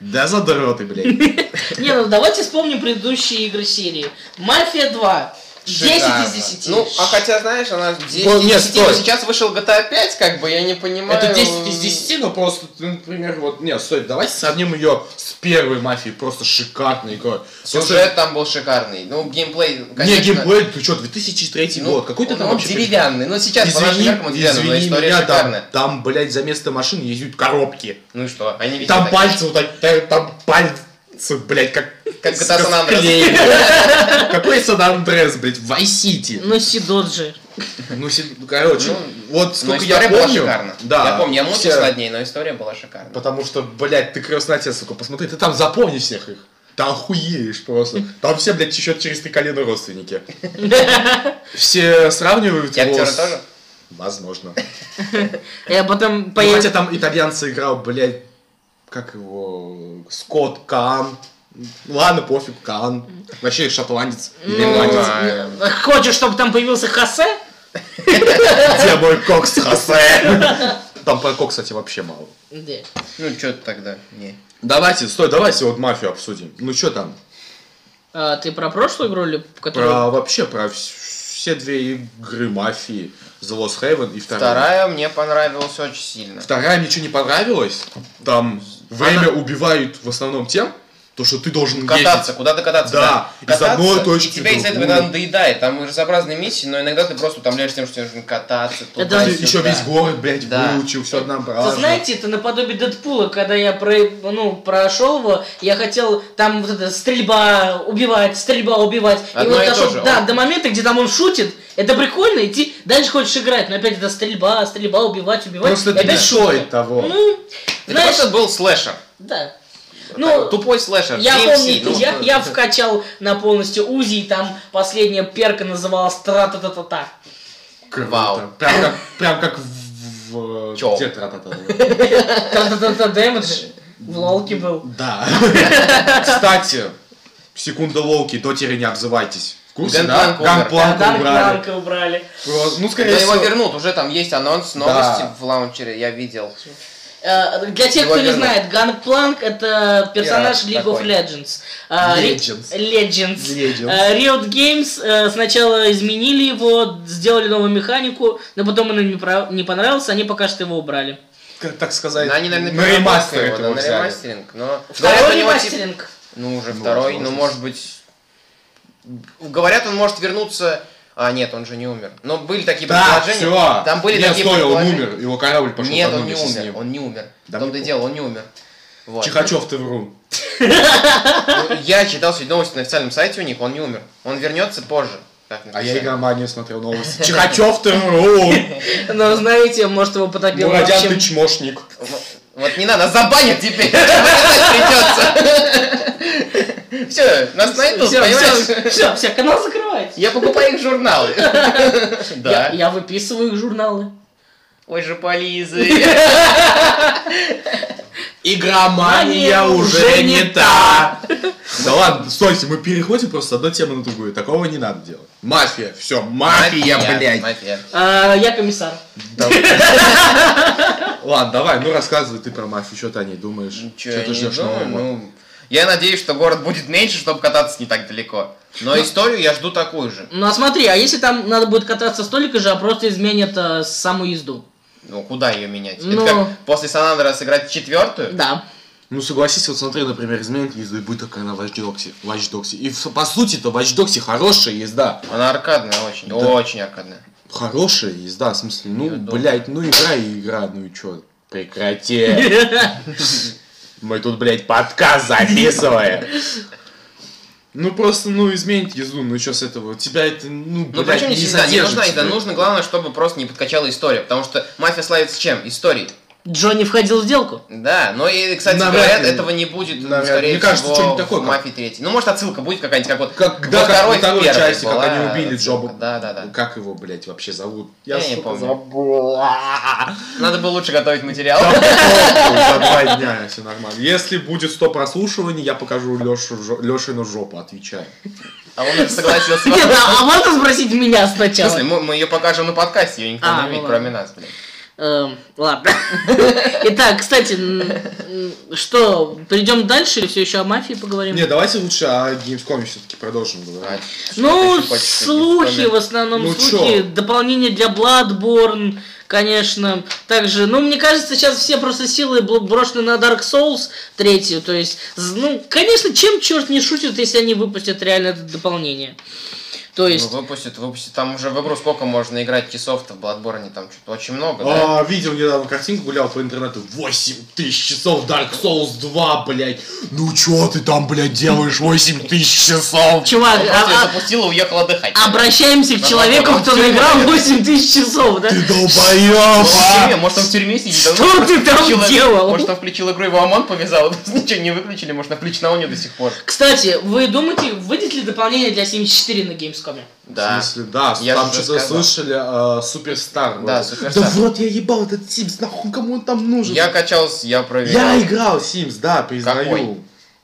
Speaker 2: Да задроты, блядь.
Speaker 3: Не, ну давайте вспомним предыдущие игры серии. «Мафия 2». 10 из
Speaker 1: Шикарно.
Speaker 3: 10.
Speaker 1: Ну, а хотя, знаешь, она 10
Speaker 2: Вот,
Speaker 1: из
Speaker 2: нет,
Speaker 1: 10,
Speaker 2: стой.
Speaker 1: но сейчас вышел GTA 5, как бы, я не понимаю.
Speaker 2: Это 10 из 10, но просто, ты, например, вот, нет, стой, давайте сравним ее с первой мафией, просто шикарной игрой.
Speaker 1: Сюжет там был шикарный. Ну, геймплей,
Speaker 2: Просто-
Speaker 1: конечно.
Speaker 2: Не, геймплей, ты что, 2003
Speaker 1: ну,
Speaker 2: год, какой-то там
Speaker 1: он
Speaker 2: вообще...
Speaker 1: деревянный. Ну, сейчас по нашим
Speaker 2: Извини,
Speaker 1: меркам он деревянный, но
Speaker 2: извини
Speaker 1: история
Speaker 2: меня,
Speaker 1: шикарная.
Speaker 2: там, там, блядь, за место машин ездят коробки.
Speaker 1: Ну и что? Они
Speaker 2: И
Speaker 1: ведь
Speaker 2: там
Speaker 1: это-
Speaker 2: пальцы вот так, та- там пальцы, блядь, как...
Speaker 1: Как GTA San Andreas.
Speaker 2: склеены. Какой Сан Андреас, блядь, в Вайсити.
Speaker 3: Ну, Сидоджи.
Speaker 2: Ну, си- ну, короче,
Speaker 1: Ну,
Speaker 2: вот
Speaker 1: Но
Speaker 2: сколько я
Speaker 1: история
Speaker 2: помню...
Speaker 1: была шикарна.
Speaker 2: Да.
Speaker 1: Я помню, я мучился
Speaker 2: все-
Speaker 1: над ней, но история была шикарна.
Speaker 2: Потому что, блядь, ты крестный отец, сука, посмотри, ты там запомни всех их. Ты охуеешь просто. Там все, блядь, еще через три колена родственники. Все сравнивают
Speaker 1: И актеры
Speaker 2: с-
Speaker 1: тоже?
Speaker 2: Возможно.
Speaker 3: Я потом
Speaker 2: Ну,
Speaker 3: поеду.
Speaker 2: хотя там итальянца играл, блядь, как его, Скотт Каан. Ладно, пофиг, Каан. Вообще шотландец.
Speaker 1: Ну,
Speaker 2: Ирландец.
Speaker 1: Нормально.
Speaker 3: Хочешь, чтобы там появился Хосе?
Speaker 2: Где мой Кокс Хосе? Там про Кокс, кстати, вообще мало.
Speaker 3: Да.
Speaker 1: Ну, что ты тогда? Не.
Speaker 2: Давайте, стой, давайте вот мафию обсудим. Ну что там?
Speaker 3: А, ты про прошлую игру или которую?
Speaker 2: Про вообще про вс- все две игры мафии. The Lost Haven и вторая.
Speaker 1: Вторая мне понравилась очень сильно.
Speaker 2: Вторая мне что не понравилось. Там время убивают в основном тем, то, что ты должен
Speaker 1: Кататься,
Speaker 2: ездить.
Speaker 1: куда то кататься.
Speaker 2: Да, из
Speaker 1: Кататься,
Speaker 2: одной точки
Speaker 1: и тебя
Speaker 2: в
Speaker 1: из этого
Speaker 2: другую.
Speaker 1: иногда надоедает. Там разнообразные миссии, но иногда ты просто утомляешься тем, что тебе нужно кататься. туда,
Speaker 2: Ты еще
Speaker 1: сюда.
Speaker 2: весь город, блядь,
Speaker 1: Да.
Speaker 2: выучил, все однообразно.
Speaker 3: Вы знаете, это наподобие Дэдпула, когда я про, ну, прошел его, я хотел там вот это стрельба убивать, стрельба убивать.
Speaker 1: Одно
Speaker 3: вот
Speaker 1: и то
Speaker 3: дошел,
Speaker 1: же.
Speaker 3: да,
Speaker 1: Он-
Speaker 3: до момента, где там он шутит, это прикольно, идти дальше хочешь играть, но опять это стрельба, стрельба, убивать, убивать.
Speaker 2: Просто
Speaker 3: и
Speaker 2: ты не
Speaker 3: опять шутка.
Speaker 2: стоит того.
Speaker 3: Ну,
Speaker 1: Это
Speaker 3: знаешь,
Speaker 1: просто был слэшер.
Speaker 3: да. Ну,
Speaker 1: Тупой слэшер.
Speaker 3: Я
Speaker 1: DMC,
Speaker 3: помню,
Speaker 1: ну,
Speaker 3: я, я вкачал на полностью УЗИ, и там последняя перка называлась тра-та-та-та-та.
Speaker 2: Круто.
Speaker 1: Вау.
Speaker 2: Прям как, прям как в... в-
Speaker 1: Чё?
Speaker 2: Где тра-та-та?
Speaker 3: Тра-та-та-та дэмэдж в лолке был.
Speaker 2: Да. Кстати, секунда лоуки, дотеры не обзывайтесь. В курсе, да?
Speaker 1: Гангпланк умер.
Speaker 2: Гангпланк
Speaker 3: Да,
Speaker 2: убрали.
Speaker 3: Данка убрали.
Speaker 2: Про- Ну,
Speaker 1: Да
Speaker 2: скорее
Speaker 1: его
Speaker 2: всего.
Speaker 1: вернут, уже там есть анонс, новости в лаунчере, я видел.
Speaker 3: Э, Для тех,
Speaker 1: Его
Speaker 3: кто не
Speaker 1: вернут.
Speaker 3: знает, Ганпланк это персонаж
Speaker 1: Я
Speaker 3: League of
Speaker 1: такой.
Speaker 3: Legends. А, Ри-
Speaker 2: Legends.
Speaker 3: Legends.
Speaker 2: Legends.
Speaker 3: Э, Riot Games э, сначала изменили его, сделали новую механику, но потом она не прав- не понравилась, они пока что его убрали.
Speaker 2: Как так сказать,
Speaker 1: Они, наверное,
Speaker 2: на ремастер
Speaker 1: его, да,
Speaker 2: этого
Speaker 1: на
Speaker 2: взяли.
Speaker 1: ремастеринг, но... Говорят,
Speaker 3: Второй
Speaker 1: у него типа тип-
Speaker 3: ремастеринг.
Speaker 1: Ну, уже
Speaker 2: Ну,
Speaker 1: второй,
Speaker 2: возможно.
Speaker 1: ну, может быть... Говорят, он может вернуться... А, нет, он же не умер. Но были такие
Speaker 2: Да,
Speaker 1: предположения.
Speaker 2: все.
Speaker 1: Там были
Speaker 2: не,
Speaker 1: такие
Speaker 2: стой, он
Speaker 1: предположения.
Speaker 2: умер. Его корабль пошел
Speaker 1: Нет,
Speaker 2: ко дну
Speaker 1: он не
Speaker 2: вместе с
Speaker 1: умер,
Speaker 2: ним.
Speaker 1: он не умер.
Speaker 2: Да
Speaker 1: в том-то
Speaker 2: мне
Speaker 1: и дело, он не умер. Вот.
Speaker 2: Чихачев, ты вру.
Speaker 1: Ну, Я читал сегодня новости на официальном сайте у них, он не умер. Он вернется позже. Так
Speaker 2: А
Speaker 1: написали.
Speaker 2: я игроманию смотрел новости. Чихачев, ты вру.
Speaker 3: Но Ну, знаете, может его потопило
Speaker 2: Мурадян,
Speaker 3: вообще
Speaker 2: ты чмошник.
Speaker 1: Вот- Вот не надо, нас забанят теперь. Придется. Все, нас найдут,
Speaker 3: все,
Speaker 1: понимаешь?
Speaker 3: все, все, все, канал закрывайте.
Speaker 1: Я покупаю их журналы.
Speaker 3: Я,
Speaker 1: Да.
Speaker 3: я выписываю их журналы.
Speaker 1: Ой же полизы.
Speaker 2: Игромания
Speaker 3: Мания
Speaker 2: уже
Speaker 3: уже
Speaker 2: не
Speaker 3: не
Speaker 2: та. Да ладно, стойте, мы переходим просто с одной темы на другую. Такого не надо делать. Мафия, все, мафия, блядь.
Speaker 3: А, я комиссар.
Speaker 2: Ладно, давай, ну рассказывай ты про мафию, что ты о ней думаешь?
Speaker 1: Ничего,
Speaker 2: Чё
Speaker 1: я
Speaker 2: ты
Speaker 1: не
Speaker 2: ждёшь
Speaker 1: думаю,
Speaker 2: нового?
Speaker 1: ну... Я надеюсь, что город будет меньше, чтобы кататься не так далеко. Но
Speaker 2: Ну.
Speaker 1: историю я жду такую же.
Speaker 3: Ну а смотри, а если там надо будет кататься столько же, а просто изменят э, саму езду?
Speaker 1: Ну, куда ее менять?
Speaker 3: Ну.
Speaker 1: Это как после Сан-Андреаса сыграть четвертую?
Speaker 3: Да.
Speaker 2: Ну согласись, вот смотри, например, изменит езду и будет такая на Watch Dogs'е. Watch Dogs'е. И в- по сути-то в Watch Dogs'е хорошая езда.
Speaker 1: Она аркадная очень,
Speaker 2: Да.
Speaker 1: очень аркадная.
Speaker 2: Хорошая езда, в смысле, ну,
Speaker 1: Я думаю.
Speaker 2: блядь, ну игра и игра, ну и чё? Прекрати. Мы тут, блядь, подкаст записываем. Ну просто, ну измените езду, ну что с этого? Тебя это, ну,
Speaker 1: Ну
Speaker 2: блядь,
Speaker 1: причем не всегда, не
Speaker 2: задержит
Speaker 1: нужна еда,
Speaker 2: тебя.
Speaker 1: нужно главное, чтобы просто не подкачала история, потому что мафия славится чем? Историей.
Speaker 3: Джонни входил в сделку.
Speaker 1: Да, но и, кстати
Speaker 2: Навряд
Speaker 1: говорят,
Speaker 2: ли.
Speaker 1: этого не будет,
Speaker 2: Навряд ли.
Speaker 1: скорее
Speaker 2: Мне кажется,
Speaker 1: всего,
Speaker 2: что-нибудь такое,
Speaker 1: в
Speaker 2: как-
Speaker 1: «Мафии третьей». Ну, может, отсылка будет какая-нибудь, как вот
Speaker 2: Как,
Speaker 1: во
Speaker 2: да, как
Speaker 1: второй,
Speaker 2: во
Speaker 1: в
Speaker 2: второй
Speaker 1: первой
Speaker 2: части,
Speaker 1: была
Speaker 2: как они убили
Speaker 1: отсылка.
Speaker 2: Джоба.
Speaker 1: Да, да, да.
Speaker 2: Как его, блядь, вообще зовут?
Speaker 1: Я не
Speaker 2: сука,
Speaker 1: помню.
Speaker 2: забыл. А-а-а.
Speaker 1: Надо было лучше готовить материал.
Speaker 2: Да похуй, За два дня все нормально. Если будет 100 прослушиваний, я покажу Лешу, Лешину жопу, отвечаю.
Speaker 1: А он даже согласился.
Speaker 3: Нет, а а можно спросить меня
Speaker 1: В смысле,
Speaker 3: сначала?
Speaker 1: мы, мы ее покажем на подкасте, ее никто
Speaker 3: А,
Speaker 1: не
Speaker 3: ну
Speaker 1: увидит,
Speaker 3: ладно.
Speaker 1: кроме нас, блин.
Speaker 3: Эм, Ладно. Итак, кстати, м, м, что, перейдем дальше или все еще о мафии поговорим?
Speaker 2: Не, давайте лучше о геймскоме все-таки продолжим
Speaker 1: А,
Speaker 2: говорить.
Speaker 1: что
Speaker 3: Ну,
Speaker 1: ты хочешь,
Speaker 3: слухи,
Speaker 1: кроме-
Speaker 3: в основном
Speaker 2: Ну,
Speaker 3: слухи.
Speaker 2: чё?
Speaker 3: Дополнение для Bloodborne, конечно. Также, ну, мне кажется, сейчас все просто силы бл- брошены на Dark Souls третью. То есть, з- ну, конечно, чем черт не шутит, если они выпустят реально это дополнение. То
Speaker 1: Ну,
Speaker 3: есть,
Speaker 1: выпустят, выпустят. Там уже в игру сколько можно играть часов-то в Bloodborne, там что-то очень много, да?
Speaker 2: А, видел недавно картинку, гулял по интернету. 8 тысяч часов Dark Souls 2, блядь. Ну чё ты там, блядь, делаешь 8 тысяч часов?
Speaker 1: Он
Speaker 3: чувак,
Speaker 1: Ну, просто
Speaker 3: а-
Speaker 1: её
Speaker 3: а-
Speaker 1: запустил и уехал отдыхать.
Speaker 3: обращаемся к
Speaker 1: Да,
Speaker 3: человеку,
Speaker 1: он
Speaker 3: кто
Speaker 1: в тюрьме,
Speaker 3: наиграл
Speaker 1: наверное.
Speaker 3: 8 тысяч часов, да?
Speaker 2: Ты
Speaker 1: Он в тюрьме,
Speaker 2: долбоёб, а?
Speaker 1: Может, он в тюрьме сидит? а?
Speaker 3: Что
Speaker 1: Может,
Speaker 3: ты
Speaker 1: он
Speaker 3: там
Speaker 1: включил-
Speaker 3: делал?
Speaker 1: Может, он включил игру, его ОМОН повязал, и просто ничего не выключили, может, он включен на до сих пор.
Speaker 3: Кстати, вы думаете, выйдет ли дополнение для 74 на Gamescom?
Speaker 1: Да.
Speaker 2: В смысле, да,
Speaker 1: Я
Speaker 2: там
Speaker 1: же
Speaker 2: что-то
Speaker 1: сказал.
Speaker 2: слышали, а, Суперстар.
Speaker 1: Да,
Speaker 2: вроде.
Speaker 1: Суперстар.
Speaker 2: Да вот я ебал этот Sims, нахуй кому он там нужен?
Speaker 1: Я качался, я проверил.
Speaker 2: Я играл в Sims, да, признаю.
Speaker 1: Какой?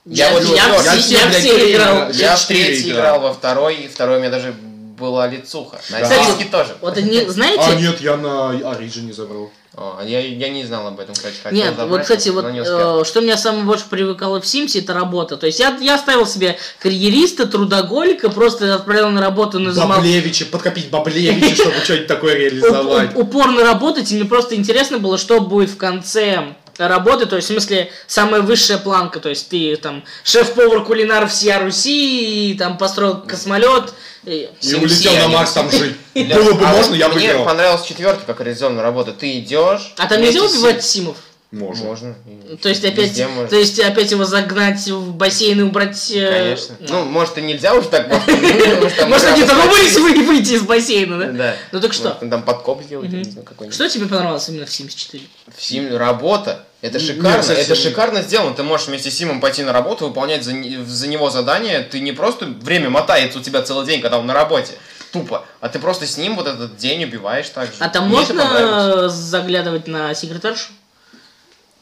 Speaker 3: Я,
Speaker 1: Я вот люблю.
Speaker 3: я все-
Speaker 1: Я
Speaker 3: я
Speaker 2: все,
Speaker 3: все
Speaker 2: блядь,
Speaker 3: играл.
Speaker 2: я
Speaker 1: Я в
Speaker 2: четыре
Speaker 1: третий
Speaker 2: играл.
Speaker 1: играл, во второй, и второй у меня даже была лицуха. На
Speaker 2: Да.
Speaker 1: диске тоже.
Speaker 3: Вот они, знаете,
Speaker 2: А нет, я на Origin забрал.
Speaker 1: О, я, я не знал об этом, кстати. хотел
Speaker 3: Нет,
Speaker 1: забрать,
Speaker 3: вот, кстати,
Speaker 1: но
Speaker 3: вот
Speaker 1: не успел.
Speaker 3: э, что меня самое больше привыкало в Симсе, это работа. То есть я, я ставил себе карьериста, трудоголика, просто отправил на работу
Speaker 1: Ну,
Speaker 3: на замол-
Speaker 2: Баблевича, подкопить Баблевича, чтобы что-нибудь такое реализовать.
Speaker 3: Уп- уп- Упорно работать, и мне просто интересно было, что будет в конце работы, то есть, в смысле, самая высшая планка, то есть, ты там шеф-повар кулинар всея Руси, и там построил космолет. И...
Speaker 2: И улетел на Марс там жить.
Speaker 1: Лёш,
Speaker 2: Было бы
Speaker 1: а
Speaker 2: Ну, можно, я бы
Speaker 1: Мне
Speaker 2: играл.
Speaker 1: понравилась четверка, как реализована работа. Ты идешь.
Speaker 3: А там нельзя
Speaker 1: эти си-
Speaker 3: убивать Симов?
Speaker 2: Можно.
Speaker 1: Можно.
Speaker 3: То есть, опять,
Speaker 1: Везде можно.
Speaker 3: то есть, опять его загнать в бассейн и убрать... э,
Speaker 1: Конечно. Ну,
Speaker 3: ну,
Speaker 1: может, и нельзя уже так. Может,
Speaker 3: Может, они задумались
Speaker 1: вылезли?
Speaker 3: вы- выйти из бассейна, да?
Speaker 1: Да.
Speaker 3: Ну так что?
Speaker 1: Может, он Там подкоп сделать, я не
Speaker 3: Мгм.
Speaker 1: знаю, какой-нибудь.
Speaker 3: Что тебе понравилось именно в Sims 4?
Speaker 1: В Сим работа. Это
Speaker 2: Не,
Speaker 1: шикарно,
Speaker 2: кстати,
Speaker 1: это
Speaker 2: не-
Speaker 1: шикарно сделано. Ты можешь вместе с Симом пойти на работу, выполнять за, не- за него задания. Ты не просто время мотается у тебя целый день, когда он на работе. Тупо. А ты просто с ним вот этот день убиваешь так же.
Speaker 3: А там
Speaker 1: Мне это понравилось.
Speaker 3: можно заглядывать на секретаршу?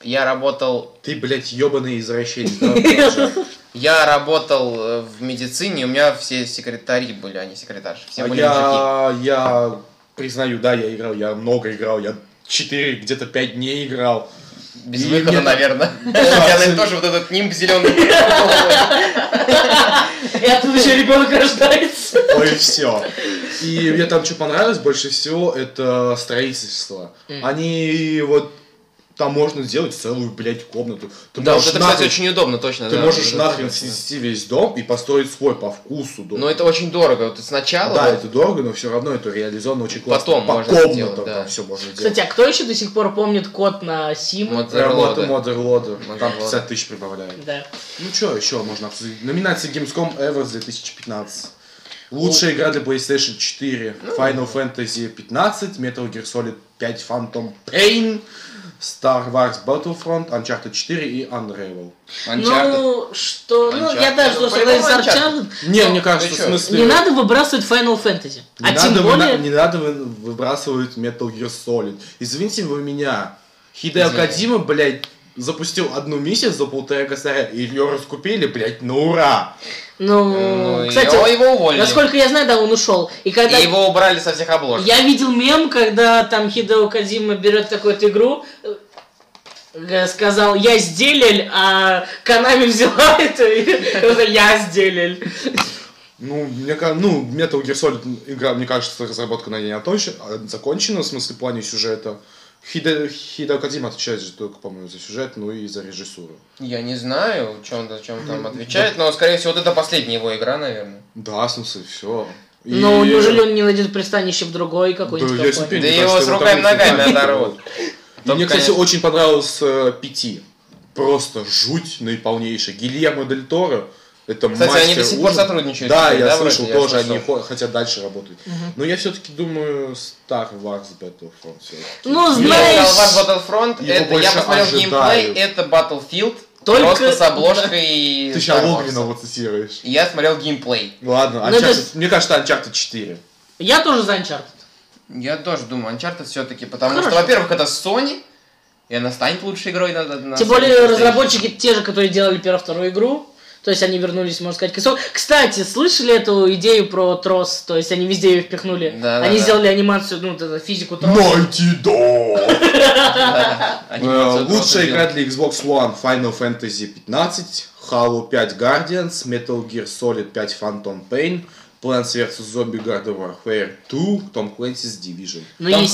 Speaker 1: Я работал.
Speaker 2: Ты, блядь, ебаный извращенец. да, тоже.
Speaker 1: Я работал э, в медицине, у меня все секретари были, а не секретарши. Все
Speaker 2: А
Speaker 1: были мужики.
Speaker 2: Я, я признаю, да, я играл, я много играл, я 4, где-то 5 дней играл.
Speaker 1: Без
Speaker 2: И
Speaker 1: выхода,
Speaker 2: мне-
Speaker 1: наверное. У тебя наверное, тоже вот этот нимб зеленый.
Speaker 3: И оттуда еще ребенок рождается.
Speaker 2: Ой, все. Ну И мне там что понравилось больше всего, это строительство.
Speaker 3: Мгм.
Speaker 2: Они вот там можно сделать целую, блядь, комнату. Ты
Speaker 1: Да, вот
Speaker 2: можешь
Speaker 1: это, кстати,
Speaker 2: нахрен-
Speaker 1: очень удобно, точно.
Speaker 2: Ты
Speaker 1: да.
Speaker 2: можешь
Speaker 1: Это
Speaker 2: нахрен
Speaker 1: точно.
Speaker 2: снести весь дом и построить свой по вкусу дом.
Speaker 1: Но это очень дорого. Вот сначала
Speaker 2: Да,
Speaker 1: вот
Speaker 2: это дорого, но все равно это реализовано очень классно.
Speaker 1: Потом
Speaker 2: по
Speaker 1: можно
Speaker 2: комнатам
Speaker 1: сделать, да.
Speaker 2: все можно
Speaker 3: Кстати,
Speaker 2: делать.
Speaker 3: а кто еще до сих пор помнит код на Симу?
Speaker 1: Модерлода.
Speaker 2: Работа Модерлода. Там
Speaker 1: Модерлода.
Speaker 2: 50 тысяч прибавляют.
Speaker 3: Да.
Speaker 2: Ну что еще можно обсудить? Номинация Gamescom Ever 2015. Лучшая игра для PlayStation 4,
Speaker 1: Ну.
Speaker 2: Final Fantasy 15, Metal Gear Solid 5 Phantom Pain, Star Wars Battlefront, Uncharted 4 и Unravel.
Speaker 1: Uncharted.
Speaker 3: Ну, что... Ну,
Speaker 1: Uncharted.
Speaker 3: я даже
Speaker 1: Ну,
Speaker 3: должен сказать
Speaker 1: по-любому
Speaker 3: с Uncharted.
Speaker 2: Не,
Speaker 3: Ну,
Speaker 2: мне кажется,
Speaker 1: ты
Speaker 2: в
Speaker 1: чё?
Speaker 2: смысле...
Speaker 3: Не надо выбрасывать Final Fantasy.
Speaker 2: Не
Speaker 3: А тем
Speaker 2: надо, вына-
Speaker 3: более...
Speaker 2: не надо вы- выбрасывать Metal Gear Solid. Извините вы меня, Хидео
Speaker 1: Извиняюсь.
Speaker 2: Кадима, блядь, запустил одну миссию за полтора косаря, и ее раскупили, блядь, на ура!
Speaker 1: Ну,
Speaker 3: Ну,
Speaker 1: и его-
Speaker 3: кстати,
Speaker 1: его уволили.
Speaker 3: насколько я знаю, да, он ушел. И когда
Speaker 1: И его убрали со всех обложек.
Speaker 3: Я видел мем, когда там Хидео Кадзима берет какую-то игру, э, э, сказал «Я сделель», а Канами взяла это и это «Я сделель».
Speaker 2: Ну, мне ка- ну, Metal Gear Solid игра, мне кажется, разработка на ней оточ- а, закончена, в смысле, в плане сюжета. Хиде, Хидео Кадзима отвечает же только, по-моему, за сюжет, ну и за режиссуру.
Speaker 1: Я не знаю, чем он, чем он
Speaker 2: Ну,
Speaker 1: там отвечает, но, скорее всего, вот это последняя его игра, наверное.
Speaker 2: Да, в смысле, все.
Speaker 3: Но неужели он не найдет пристанище в другой какой-нибудь
Speaker 2: Ну,
Speaker 3: компании?
Speaker 1: Да его с руками-ногами оторвут. Там,
Speaker 2: Мне, кстати,
Speaker 1: конечно-
Speaker 2: очень понравилось э, Пяти. Просто жуть наиполнейшая. Гильермо Дель Торо Это
Speaker 1: Кстати,
Speaker 2: мастер
Speaker 1: они до сих пор
Speaker 2: ужина.
Speaker 1: сотрудничают
Speaker 2: Да,
Speaker 1: с ними,
Speaker 2: я
Speaker 1: да,
Speaker 2: слышал,
Speaker 1: вроде? Я
Speaker 2: тоже
Speaker 1: слышал.
Speaker 2: они хо- хотят дальше работать. Но я все-таки думаю, Star Wars Battlefront. всё-таки.
Speaker 3: Ну,
Speaker 1: Нет,
Speaker 3: знаешь,
Speaker 1: Star Wars Battlefront,
Speaker 2: его
Speaker 1: это, я
Speaker 2: больше
Speaker 1: посмотрел
Speaker 2: ожидаю.
Speaker 1: геймплей, это Battlefield,
Speaker 3: Только-
Speaker 1: просто с обложкой
Speaker 2: Ты
Speaker 1: Star
Speaker 2: сейчас
Speaker 1: Wars.
Speaker 2: Логвинова цитируешь.
Speaker 1: Я смотрел геймплей.
Speaker 2: Ладно,
Speaker 3: Ну, это
Speaker 2: Uncharted-
Speaker 3: с-
Speaker 2: мне кажется, Uncharted 4.
Speaker 3: я тоже за Uncharted.
Speaker 1: Я тоже думаю, Uncharted все-таки, потому
Speaker 3: Хорошо.
Speaker 1: что, во-первых, это Sony, и она станет лучшей игрой на, на- на
Speaker 3: Тем
Speaker 1: Sony
Speaker 3: более
Speaker 1: PlayStation.
Speaker 3: разработчики те же, которые делали первую-вторую игру. То есть они вернулись, можно сказать, к ИСО. Кстати, слышали эту идею про трос? То есть они везде ее впихнули.
Speaker 1: Да, да,
Speaker 3: они
Speaker 1: да.
Speaker 3: сделали анимацию, ну, вот эту физику троса.
Speaker 2: Найти Dog!
Speaker 1: Да,
Speaker 2: Э,
Speaker 1: анимацию
Speaker 2: Лучшая
Speaker 1: просто
Speaker 2: игра для Xbox One Final Fantasy 15, Halo 5 Guardians, Metal Gear Solid 5 Phantom Pain, Plants vs. Zombie God of Warfare 2, Tom Clancy's Division.
Speaker 3: Ну,
Speaker 1: Том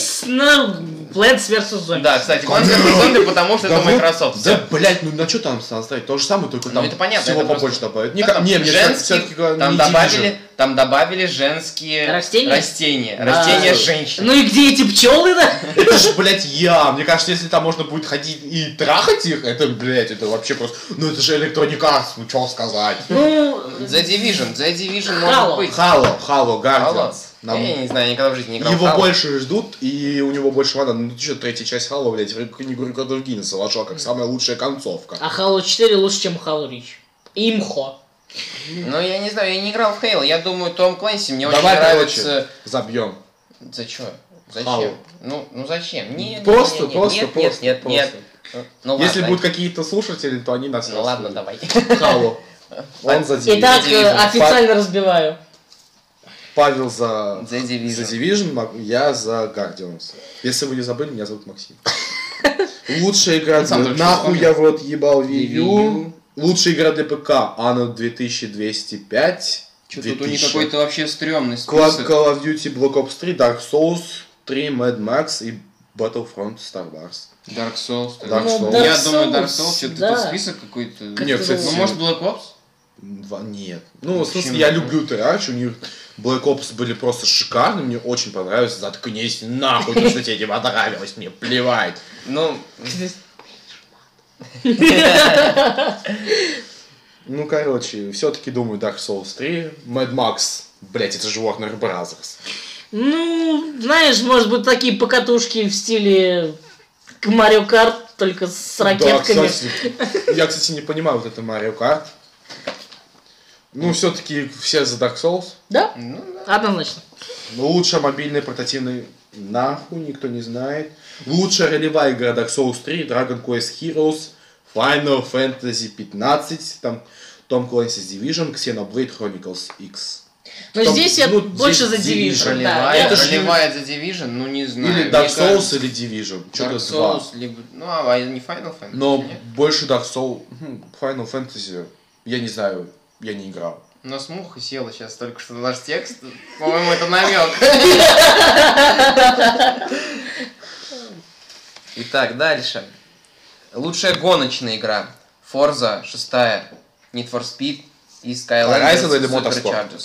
Speaker 3: естественно, Plants vs.
Speaker 1: сделали.
Speaker 3: Zombies.
Speaker 1: Да, кстати, Call of Duty Zombie, потому что это
Speaker 2: вот-
Speaker 1: Microsoft.
Speaker 2: Да, блять, ну на что там составить? То же самое, только
Speaker 1: Ну,
Speaker 2: там
Speaker 1: это понятно,
Speaker 2: всего
Speaker 1: это
Speaker 2: побольше
Speaker 1: просто-
Speaker 2: добавят. Не,
Speaker 1: Да,
Speaker 2: ка-
Speaker 1: там
Speaker 2: не, мне
Speaker 1: женские,
Speaker 2: все-таки не
Speaker 1: там
Speaker 2: Division.
Speaker 1: добавили, там добавили женские
Speaker 3: Растения? А.
Speaker 1: растения,
Speaker 3: Да.
Speaker 1: растения женщин.
Speaker 3: Ну и где эти пчелы, да?
Speaker 2: Это же, блядь, я. Мне кажется, если там можно будет ходить и трахать их, это, блядь, это вообще просто... Ну это же Electronic Arts, ну что сказать.
Speaker 3: Ну,
Speaker 1: The Division, The Division
Speaker 3: Halo.
Speaker 1: может быть.
Speaker 2: Хало, Хало,
Speaker 1: Алло.
Speaker 2: Guardians. Нам-
Speaker 1: Я не знаю, я никогда в жизни не играл. в
Speaker 2: Его
Speaker 1: Halo.
Speaker 2: больше ждут, и у него больше ладно. Ну ты что, третья часть Хало, блядь, в книгу рекордов Гиннесса вошла как самая лучшая концовка.
Speaker 3: а Halo 4 лучше, чем Halo Reach. Имхо.
Speaker 1: Ну, я не знаю, я не играл в Хейл. Я думаю, Том Клэнси мне
Speaker 2: Давай,
Speaker 1: очень
Speaker 2: короче.
Speaker 1: нравится...
Speaker 2: Забьем.
Speaker 1: За что?
Speaker 2: Halo.
Speaker 1: Зачем? Ну, ну зачем? Не, не,
Speaker 2: Просто,
Speaker 1: не, не,
Speaker 2: просто,
Speaker 1: нет,
Speaker 2: просто,
Speaker 1: Нет, нет,
Speaker 2: просто.
Speaker 1: нет. Ну,
Speaker 2: Если
Speaker 1: ладно.
Speaker 2: будут какие-то слушатели, то они нас
Speaker 1: Ну ладно, давай.
Speaker 2: давай. Хало. Он за Division.
Speaker 3: Итак, э,
Speaker 1: Division.
Speaker 3: официально разбиваю.
Speaker 2: Павел за...
Speaker 1: The
Speaker 2: За
Speaker 1: Division.
Speaker 2: Division, Мак- я за Guardians. Если вы не забыли, меня зовут Максим. Лучшая игра
Speaker 1: Сам
Speaker 2: для...
Speaker 1: только что
Speaker 2: Нахуй
Speaker 1: вспомнил.
Speaker 2: я в рот ебал Wii
Speaker 1: Wii
Speaker 2: U. Лучшая игра для ПК Anno 2205.
Speaker 1: Что тут у них
Speaker 2: 2000.
Speaker 1: какой-то вообще стрёмный
Speaker 2: Call
Speaker 1: список.
Speaker 2: Call of Duty Black Ops 3, Dark Souls 3, Mad Max и Battlefront Star Wars.
Speaker 1: Dark Souls.
Speaker 2: Dark
Speaker 1: так.
Speaker 3: Ну,
Speaker 2: Souls.
Speaker 1: Я
Speaker 3: Dark
Speaker 1: думаю, Dark
Speaker 3: Souls,
Speaker 1: Souls, что-то
Speaker 3: да.
Speaker 1: тут список какой-то.
Speaker 3: Как
Speaker 2: Нет,
Speaker 3: ты
Speaker 2: кстати,
Speaker 1: Ну,
Speaker 3: думаешь?
Speaker 1: может, Black Ops?
Speaker 2: Ва- Нет. Ну,
Speaker 1: Ну,
Speaker 2: в смысле,
Speaker 1: почему?
Speaker 2: я люблю Террач, у них Black Ops были просто шикарны, мне очень понравилось. Заткнись нахуй, то, что тебе не понравилось, мне плевать.
Speaker 1: Ну,
Speaker 2: Ну, короче, все-таки думаю Dark Souls 3, Mad Max, блять, это же Warner Brothers.
Speaker 3: Ну, знаешь, может быть, такие покатушки в стиле к Марио Карт, только с ракетками.
Speaker 2: Да, кстати, я, кстати, не понимаю вот это Mario Kart. Ну, все-таки все за Dark Souls.
Speaker 3: Да?
Speaker 1: ну, да.
Speaker 3: Однозначно.
Speaker 2: Лучшая мобильная портативный нахуй, никто не знает. Лучшая ролевая игра Dark Souls 3, Dragon Quest Heroes, Final Fantasy 15, там Tom Clancy's Division, Xenoblade Chronicles X.
Speaker 3: Но
Speaker 2: Там,
Speaker 3: здесь я
Speaker 2: ну,
Speaker 3: больше за
Speaker 2: здесь А
Speaker 3: Division, да.
Speaker 1: Ролевая,
Speaker 3: Это ж-
Speaker 2: ж не-
Speaker 1: ролевая The Division, ну не знаю.
Speaker 2: Или
Speaker 1: Мне
Speaker 2: Dark Souls
Speaker 1: кажется,
Speaker 2: или Division.
Speaker 1: Dark
Speaker 2: Что-то два.
Speaker 1: Souls, либо... Ну, а не Final Fantasy,
Speaker 2: Но
Speaker 1: нет?
Speaker 2: больше Dark Souls, мгм, Final Fantasy, я не знаю, я не играл.
Speaker 1: У нас муха села сейчас только что на наш текст. По-моему, это намек. Итак, дальше. Лучшая гоночная игра. Forza 6, Need for Speed и Skylanders.
Speaker 2: Horizon или Motorsport?
Speaker 1: Superchargers.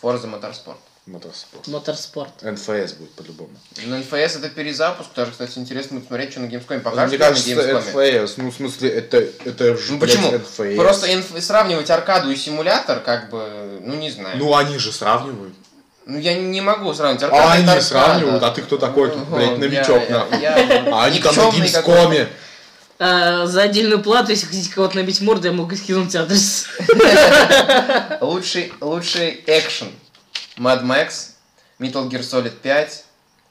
Speaker 1: Forza Motorsport.
Speaker 2: Motorsport.
Speaker 3: Моторспорт.
Speaker 2: NFS будет по-любому.
Speaker 1: Ну, NFS это перезапуск, даже, кстати, интересно будет смотреть, что на Gamescom покажут.
Speaker 2: Мне
Speaker 1: что на
Speaker 2: кажется,
Speaker 1: Gamescom'е.
Speaker 2: NFS, ну в смысле, это, это же,
Speaker 1: Ну
Speaker 2: блядь,
Speaker 1: почему?
Speaker 2: NFS.
Speaker 1: Просто инф- сравнивать аркаду и симулятор, как бы, ну не знаю. Ну,
Speaker 2: Ну они же сравнивают.
Speaker 1: я не могу сравнивать аркаду
Speaker 2: А
Speaker 1: это
Speaker 2: они
Speaker 1: аркада.
Speaker 2: сравнивают, а ты кто такой,
Speaker 1: Ну,
Speaker 2: блядь,
Speaker 1: я-
Speaker 2: новичок,
Speaker 1: я-
Speaker 2: нахуй.
Speaker 1: я-
Speaker 2: А они там на
Speaker 1: никчемный какой-то.
Speaker 2: Гипскоме.
Speaker 3: А, за отдельную плату, если хотите кого-то набить морду, я могу скинуть адрес.
Speaker 1: Лучший, лучший экшен. Mad Max, Metal Gear Solid 5,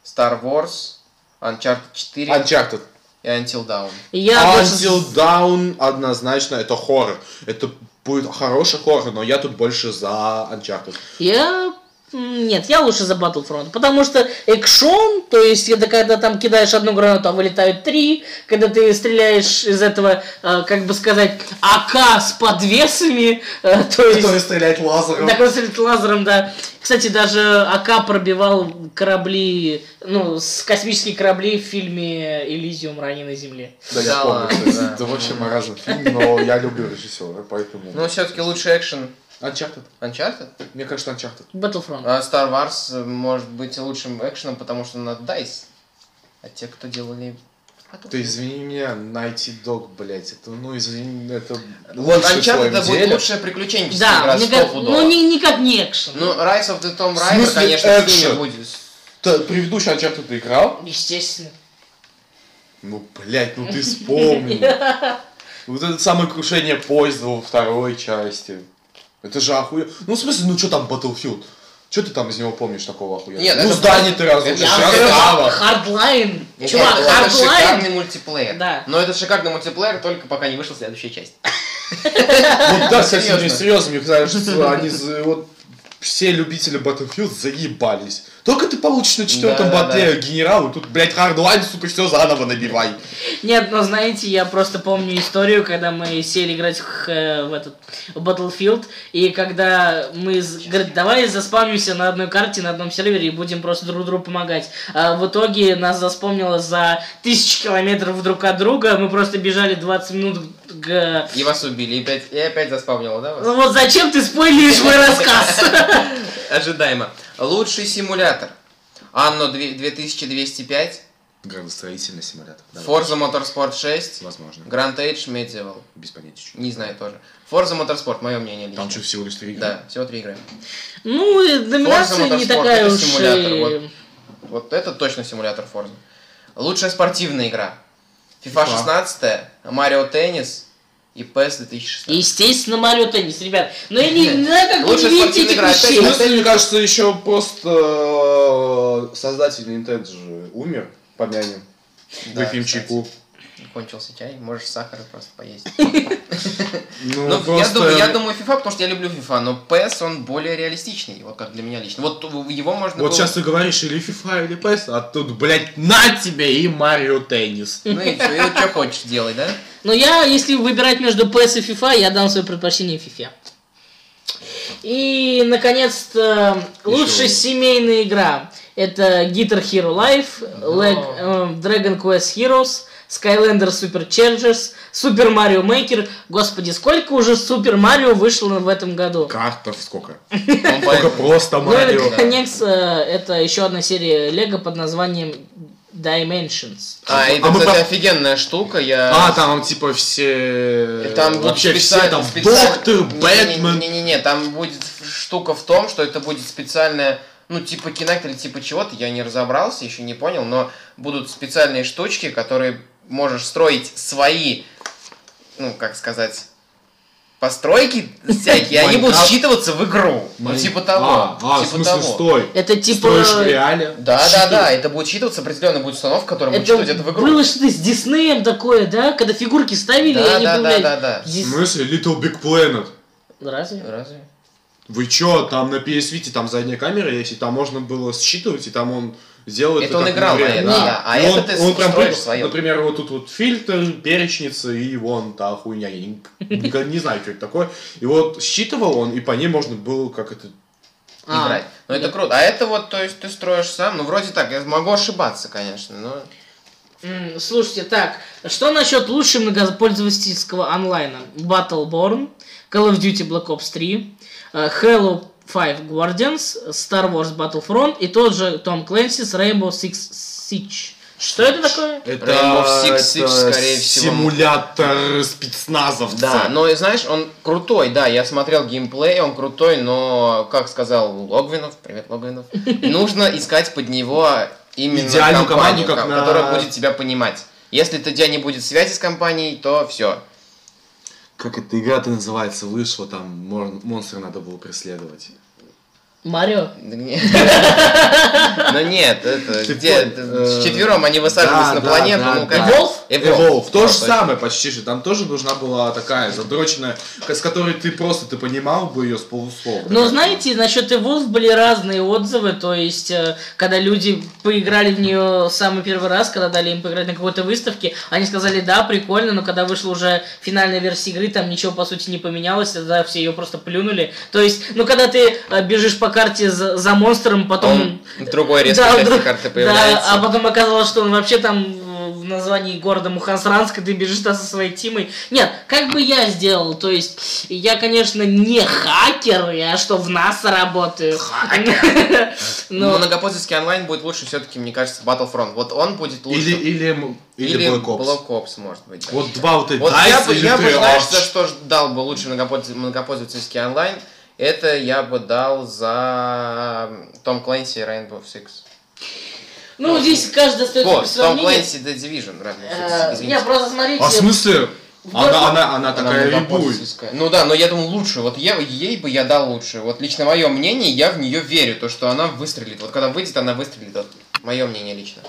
Speaker 1: Star Wars, Uncharted 4
Speaker 2: Uncharted.
Speaker 1: и Until Dawn.
Speaker 3: Я больше за-
Speaker 2: А Until Down однозначно это хоррор. Это будет хороший хоррор, но я тут больше за Uncharted.
Speaker 3: Я... м, Нет, я лучше за Battlefront, потому что экшон, то есть это когда там кидаешь одну гранату, а вылетают три, когда ты стреляешь из этого, э, как бы сказать, АК с подвесами, э, то есть...
Speaker 2: Который стреляет лазером.
Speaker 3: Так он стрелит лазером, да. Кстати, даже АК пробивал корабли, ну, с космические корабли в фильме «Элизиум. Ранее на Земле».
Speaker 2: Да, я
Speaker 1: Да
Speaker 2: помню.
Speaker 1: ладно,
Speaker 2: кстати.
Speaker 1: да.
Speaker 2: Это вообще маразм фильм, но я люблю режиссера, поэтому...
Speaker 1: Ну, все-таки лучший экшен
Speaker 2: Uncharted.
Speaker 1: Uncharted.
Speaker 2: Мне кажется, Uncharted.
Speaker 3: Battlefront.
Speaker 1: А Star Wars э, может быть лучшим экшеном, потому что на DICE. А те, кто делали
Speaker 2: Ты извини меня, найти Dog, блядь, это, ну извини, это
Speaker 1: Вот
Speaker 2: лучший
Speaker 1: Uncharted это
Speaker 2: слой в
Speaker 1: будет
Speaker 2: деле.
Speaker 1: лучшая приключенческая
Speaker 3: Да,
Speaker 1: игра,
Speaker 3: мне
Speaker 1: сто
Speaker 3: кажется,
Speaker 1: пудово.
Speaker 3: ну ни- никак не экшен.
Speaker 1: Ну, Rise of the Tomb
Speaker 2: В
Speaker 1: Raider,
Speaker 2: смысле
Speaker 1: конечно, с ними
Speaker 2: экшен?
Speaker 1: будет.
Speaker 2: Та- Предыдущий Uncharted ты играл?
Speaker 3: Естественно.
Speaker 2: Ну, блядь, ну ты вспомни. Вот это самое крушение поезда во второй части. Это же охуе... Ну, в смысле, ну что там Battlefield? Что ты там из него помнишь такого охуенного?
Speaker 1: Нет,
Speaker 2: ну,
Speaker 1: это
Speaker 2: здание ты
Speaker 1: просто-
Speaker 2: разрушишь,
Speaker 1: это ну,
Speaker 2: расправа.
Speaker 3: Хардлайн.
Speaker 1: Нет,
Speaker 3: Чувак,
Speaker 1: это Ну, шикарный
Speaker 3: хардлайн.
Speaker 1: мультиплеер.
Speaker 3: Да.
Speaker 1: Но это шикарный мультиплеер, только пока не вышла следующая часть.
Speaker 2: Вот да, совсем не
Speaker 1: Серьезно.
Speaker 2: серьезно, мне кажется, они за- вот все любители Battlefield заебались. Только ты получишь на четвертом
Speaker 1: Да-да-да.
Speaker 2: батле генерал, и тут, блядь, хардлайн, сука, все заново набивай.
Speaker 3: Нет, но знаете, я просто помню историю, когда мы сели играть в, э, в этот в Battlefield, и когда мы с- говорит, давай заспавнимся на одной карте, на одном сервере и будем просто друг другу помогать. А в итоге нас заспомнило за тысячи километров друг от друга, мы просто бежали 20 минут к...
Speaker 1: И вас убили, и опять, и опять заспавнило, да?
Speaker 3: Ну
Speaker 1: Вас?
Speaker 3: вот зачем ты спойлишь мой рассказ?
Speaker 1: Ожидаемо. Лучший симулятор. Анно две- 2205,
Speaker 2: Градостроительный симулятор.
Speaker 1: Forza Motorsport 6,
Speaker 2: Возможно.
Speaker 1: Grand Age Medieval.
Speaker 2: Без понятия.
Speaker 1: Не знаю тоже. Forza Motorsport, мое мнение лично.
Speaker 2: Там что, всего лишь три игры?
Speaker 1: Да, всего три игры.
Speaker 3: Ну, и
Speaker 1: Forza
Speaker 3: номинация не
Speaker 1: Motorsport
Speaker 3: такая
Speaker 1: это
Speaker 3: уж э,
Speaker 1: симулятор,
Speaker 3: и...
Speaker 1: вот. Вот это точно симулятор Forza. Лучшая спортивная игра. FIFA
Speaker 2: FIFA.
Speaker 1: 16, Mario Tennis и PES 2016.
Speaker 3: Естественно, Марио Теннис, ребят. Но я не не знаю, как вы
Speaker 1: Лучше
Speaker 3: не видите
Speaker 1: спортивная
Speaker 3: этих
Speaker 1: игра, опять
Speaker 3: вещей.
Speaker 2: В смысле, мне кажется, еще просто э, создатель Nintendo же умер, помянем.
Speaker 1: Да,
Speaker 2: Выпьем
Speaker 1: кстати.
Speaker 2: чайку.
Speaker 1: Кончился чай, можешь сахара просто поесть.
Speaker 2: Ну,
Speaker 1: Ну, я думаю, я думаю FIFA, потому что я люблю FIFA, но PES, он более реалистичный, вот как для меня лично. Вот его можно
Speaker 2: Вот
Speaker 1: было-
Speaker 2: сейчас ты говоришь или FIFA, или PES, а тут, блядь, на тебе и Марио Теннис.
Speaker 1: Ну и все, и вот что хочешь делай, да?
Speaker 3: Но я, если выбирать между PS и FIFA, я дам свое предпочтение FIFA. И, наконец-то, лучшая семейная игра. Это Guitar Hero Life, Leg- э, Dragon Quest Heroes, Skylander Superchargers, Super Mario Maker. Господи, сколько уже Super Mario вышло в этом году?
Speaker 2: Картов сколько?
Speaker 1: Он
Speaker 2: Только
Speaker 1: поэтому-
Speaker 2: просто
Speaker 3: Ну и,
Speaker 2: Марио.
Speaker 3: наконец, э, это еще одна серия Лего под названием Dimensions.
Speaker 1: А, это,
Speaker 2: А мы
Speaker 1: кстати,
Speaker 2: по-
Speaker 1: офигенная штука, я...
Speaker 2: А, там типа все...
Speaker 1: И Там будет
Speaker 2: вообще все,
Speaker 1: специально-
Speaker 2: там
Speaker 1: специально-
Speaker 2: Доктор,
Speaker 1: Не- не-
Speaker 2: Бэтмен.
Speaker 1: Не-не-не, там будет штука в том, что это будет специальная, ну, типа Kinect или типа чего-то, я не разобрался, еще не понял, но будут специальные штучки, которые можешь строить свои, ну, как сказать, постройки всякие, они будут
Speaker 2: Майнкрафт.
Speaker 1: считываться в игру. Ну, типа того.
Speaker 2: А, а, в
Speaker 1: типа
Speaker 2: смысле,
Speaker 1: того.
Speaker 2: стой.
Speaker 3: Это типа...
Speaker 2: Строишь в реале.
Speaker 1: Да, да, да, это будет считываться, определенная будет установка, которая будет считывать это в игру.
Speaker 3: было что-то с Диснеем такое, да? Когда фигурки ставили, и
Speaker 1: Да,
Speaker 3: они
Speaker 1: да, да,
Speaker 3: появлялись.
Speaker 1: да, да.
Speaker 2: В
Speaker 3: Дис- Ну,
Speaker 2: смысле, Little Big Planet?
Speaker 3: Разве?
Speaker 1: Разве?
Speaker 2: Вы чё, там на PS Vita там задняя камера есть, и там можно было считывать, и там он делает...
Speaker 1: Это он
Speaker 2: как
Speaker 1: играл
Speaker 2: в игре.
Speaker 1: на этом, да. А
Speaker 2: И
Speaker 1: это
Speaker 2: он,
Speaker 1: ты
Speaker 2: он прям
Speaker 1: строишь
Speaker 2: прыгал.
Speaker 1: своё.
Speaker 2: Например, вот тут вот фильтр, перечница, и вон та хуйня. Я не, никогда не знаю, что это такое. И вот считывал он, и по ней можно было как это...
Speaker 3: А.
Speaker 1: играть. Но это круто. А это вот, то есть ты строишь сам, ну вроде так, я могу ошибаться, конечно, но...
Speaker 3: М, Слушайте, так, что насчет лучшего многопользовательского онлайна? Battleborn, Call of Duty Black Ops 3, э, Halo 5 Guardians, Star Wars Battlefront и тот же Том Clancy с Rainbow Six Siege. Что это такое?
Speaker 2: Это,
Speaker 1: Rainbow Six, Six,
Speaker 2: это
Speaker 1: скорее всего.
Speaker 2: симулятор спецназовца.
Speaker 1: Да, ну но и знаешь, он крутой, да, я смотрел геймплей, он крутой, но, как сказал Логвинов, привет, Логвинов, нужно искать под него именно
Speaker 2: Идеальную
Speaker 1: компанию,
Speaker 2: команду, как
Speaker 1: ко-
Speaker 2: на-
Speaker 1: которая будет тебя понимать. Если у тебя не будет связи с компанией, то все.
Speaker 2: Как эта игра-то называется? Вышла, там мон- монстра надо было преследовать.
Speaker 3: Марио?
Speaker 1: Ну нет, это
Speaker 2: Ты
Speaker 1: где
Speaker 2: понял.
Speaker 1: с четвером они
Speaker 2: Да,
Speaker 1: высаживались на
Speaker 2: да,
Speaker 1: планету,
Speaker 2: да,
Speaker 1: ну как
Speaker 2: да.
Speaker 3: Evolve?
Speaker 2: Evolve. То же
Speaker 1: Да,
Speaker 2: самое почти же. Там тоже нужна была такая задроченная, к- с которой ты просто ты понимал бы ее с полуслова.
Speaker 3: Но знаете, насчет Evolve были разные отзывы, то есть, э, когда люди поиграли в нее самый первый раз, когда дали им поиграть на какой-то выставке, они сказали, да, прикольно, но когда вышла уже финальная версия игры, там ничего, по сути, не поменялось, тогда все ее просто плюнули. То есть, ну, когда ты э, бежишь по карте за, за монстром, потом...
Speaker 1: Потом другой
Speaker 3: Да,
Speaker 1: резко части
Speaker 3: вдруг-
Speaker 1: карты
Speaker 3: Да, а
Speaker 1: появляется.
Speaker 3: потом оказалось, что он вообще там э, названии города Мухансранск, и ты бежишь там со своей тимой. Нет, как бы я сделал, то есть я, конечно, не хакер, я что, в нас работаю. Ну, Хакер.
Speaker 1: Но...
Speaker 3: Но
Speaker 1: Многопользовательский онлайн будет лучше все-таки, мне кажется, Battlefront. Вот он будет лучше.
Speaker 2: Или, или, м- или, Black Ops.
Speaker 1: Black Ops, может быть. да.
Speaker 2: Вот два вот эти.
Speaker 1: Вот я
Speaker 2: DICE
Speaker 1: бы,
Speaker 2: или А,
Speaker 1: я бы,
Speaker 2: Treyarch.
Speaker 1: знаешь, за что ж дал бы лучший многопольз- многопользовательский онлайн, это я бы дал за Том Клэнси и Rainbow Six.
Speaker 3: ну, здесь каждый достает себе
Speaker 1: Вот,
Speaker 3: свое
Speaker 1: Том
Speaker 3: мнение.
Speaker 1: Клэнси The Division, Rainbow Six,
Speaker 3: Э, Я
Speaker 1: извините.
Speaker 3: просто смотрите.
Speaker 2: А в смысле?
Speaker 3: в Battle-
Speaker 2: Она, она, она
Speaker 1: Она
Speaker 2: такая рябует.
Speaker 1: многопользовательская. Ну да, но я думаю лучше. Вот я, ей бы я дал лучше. Вот лично мое мнение, я в нее верю, то что она выстрелит. Вот когда выйдет, она выстрелит. Вот мое мнение лично.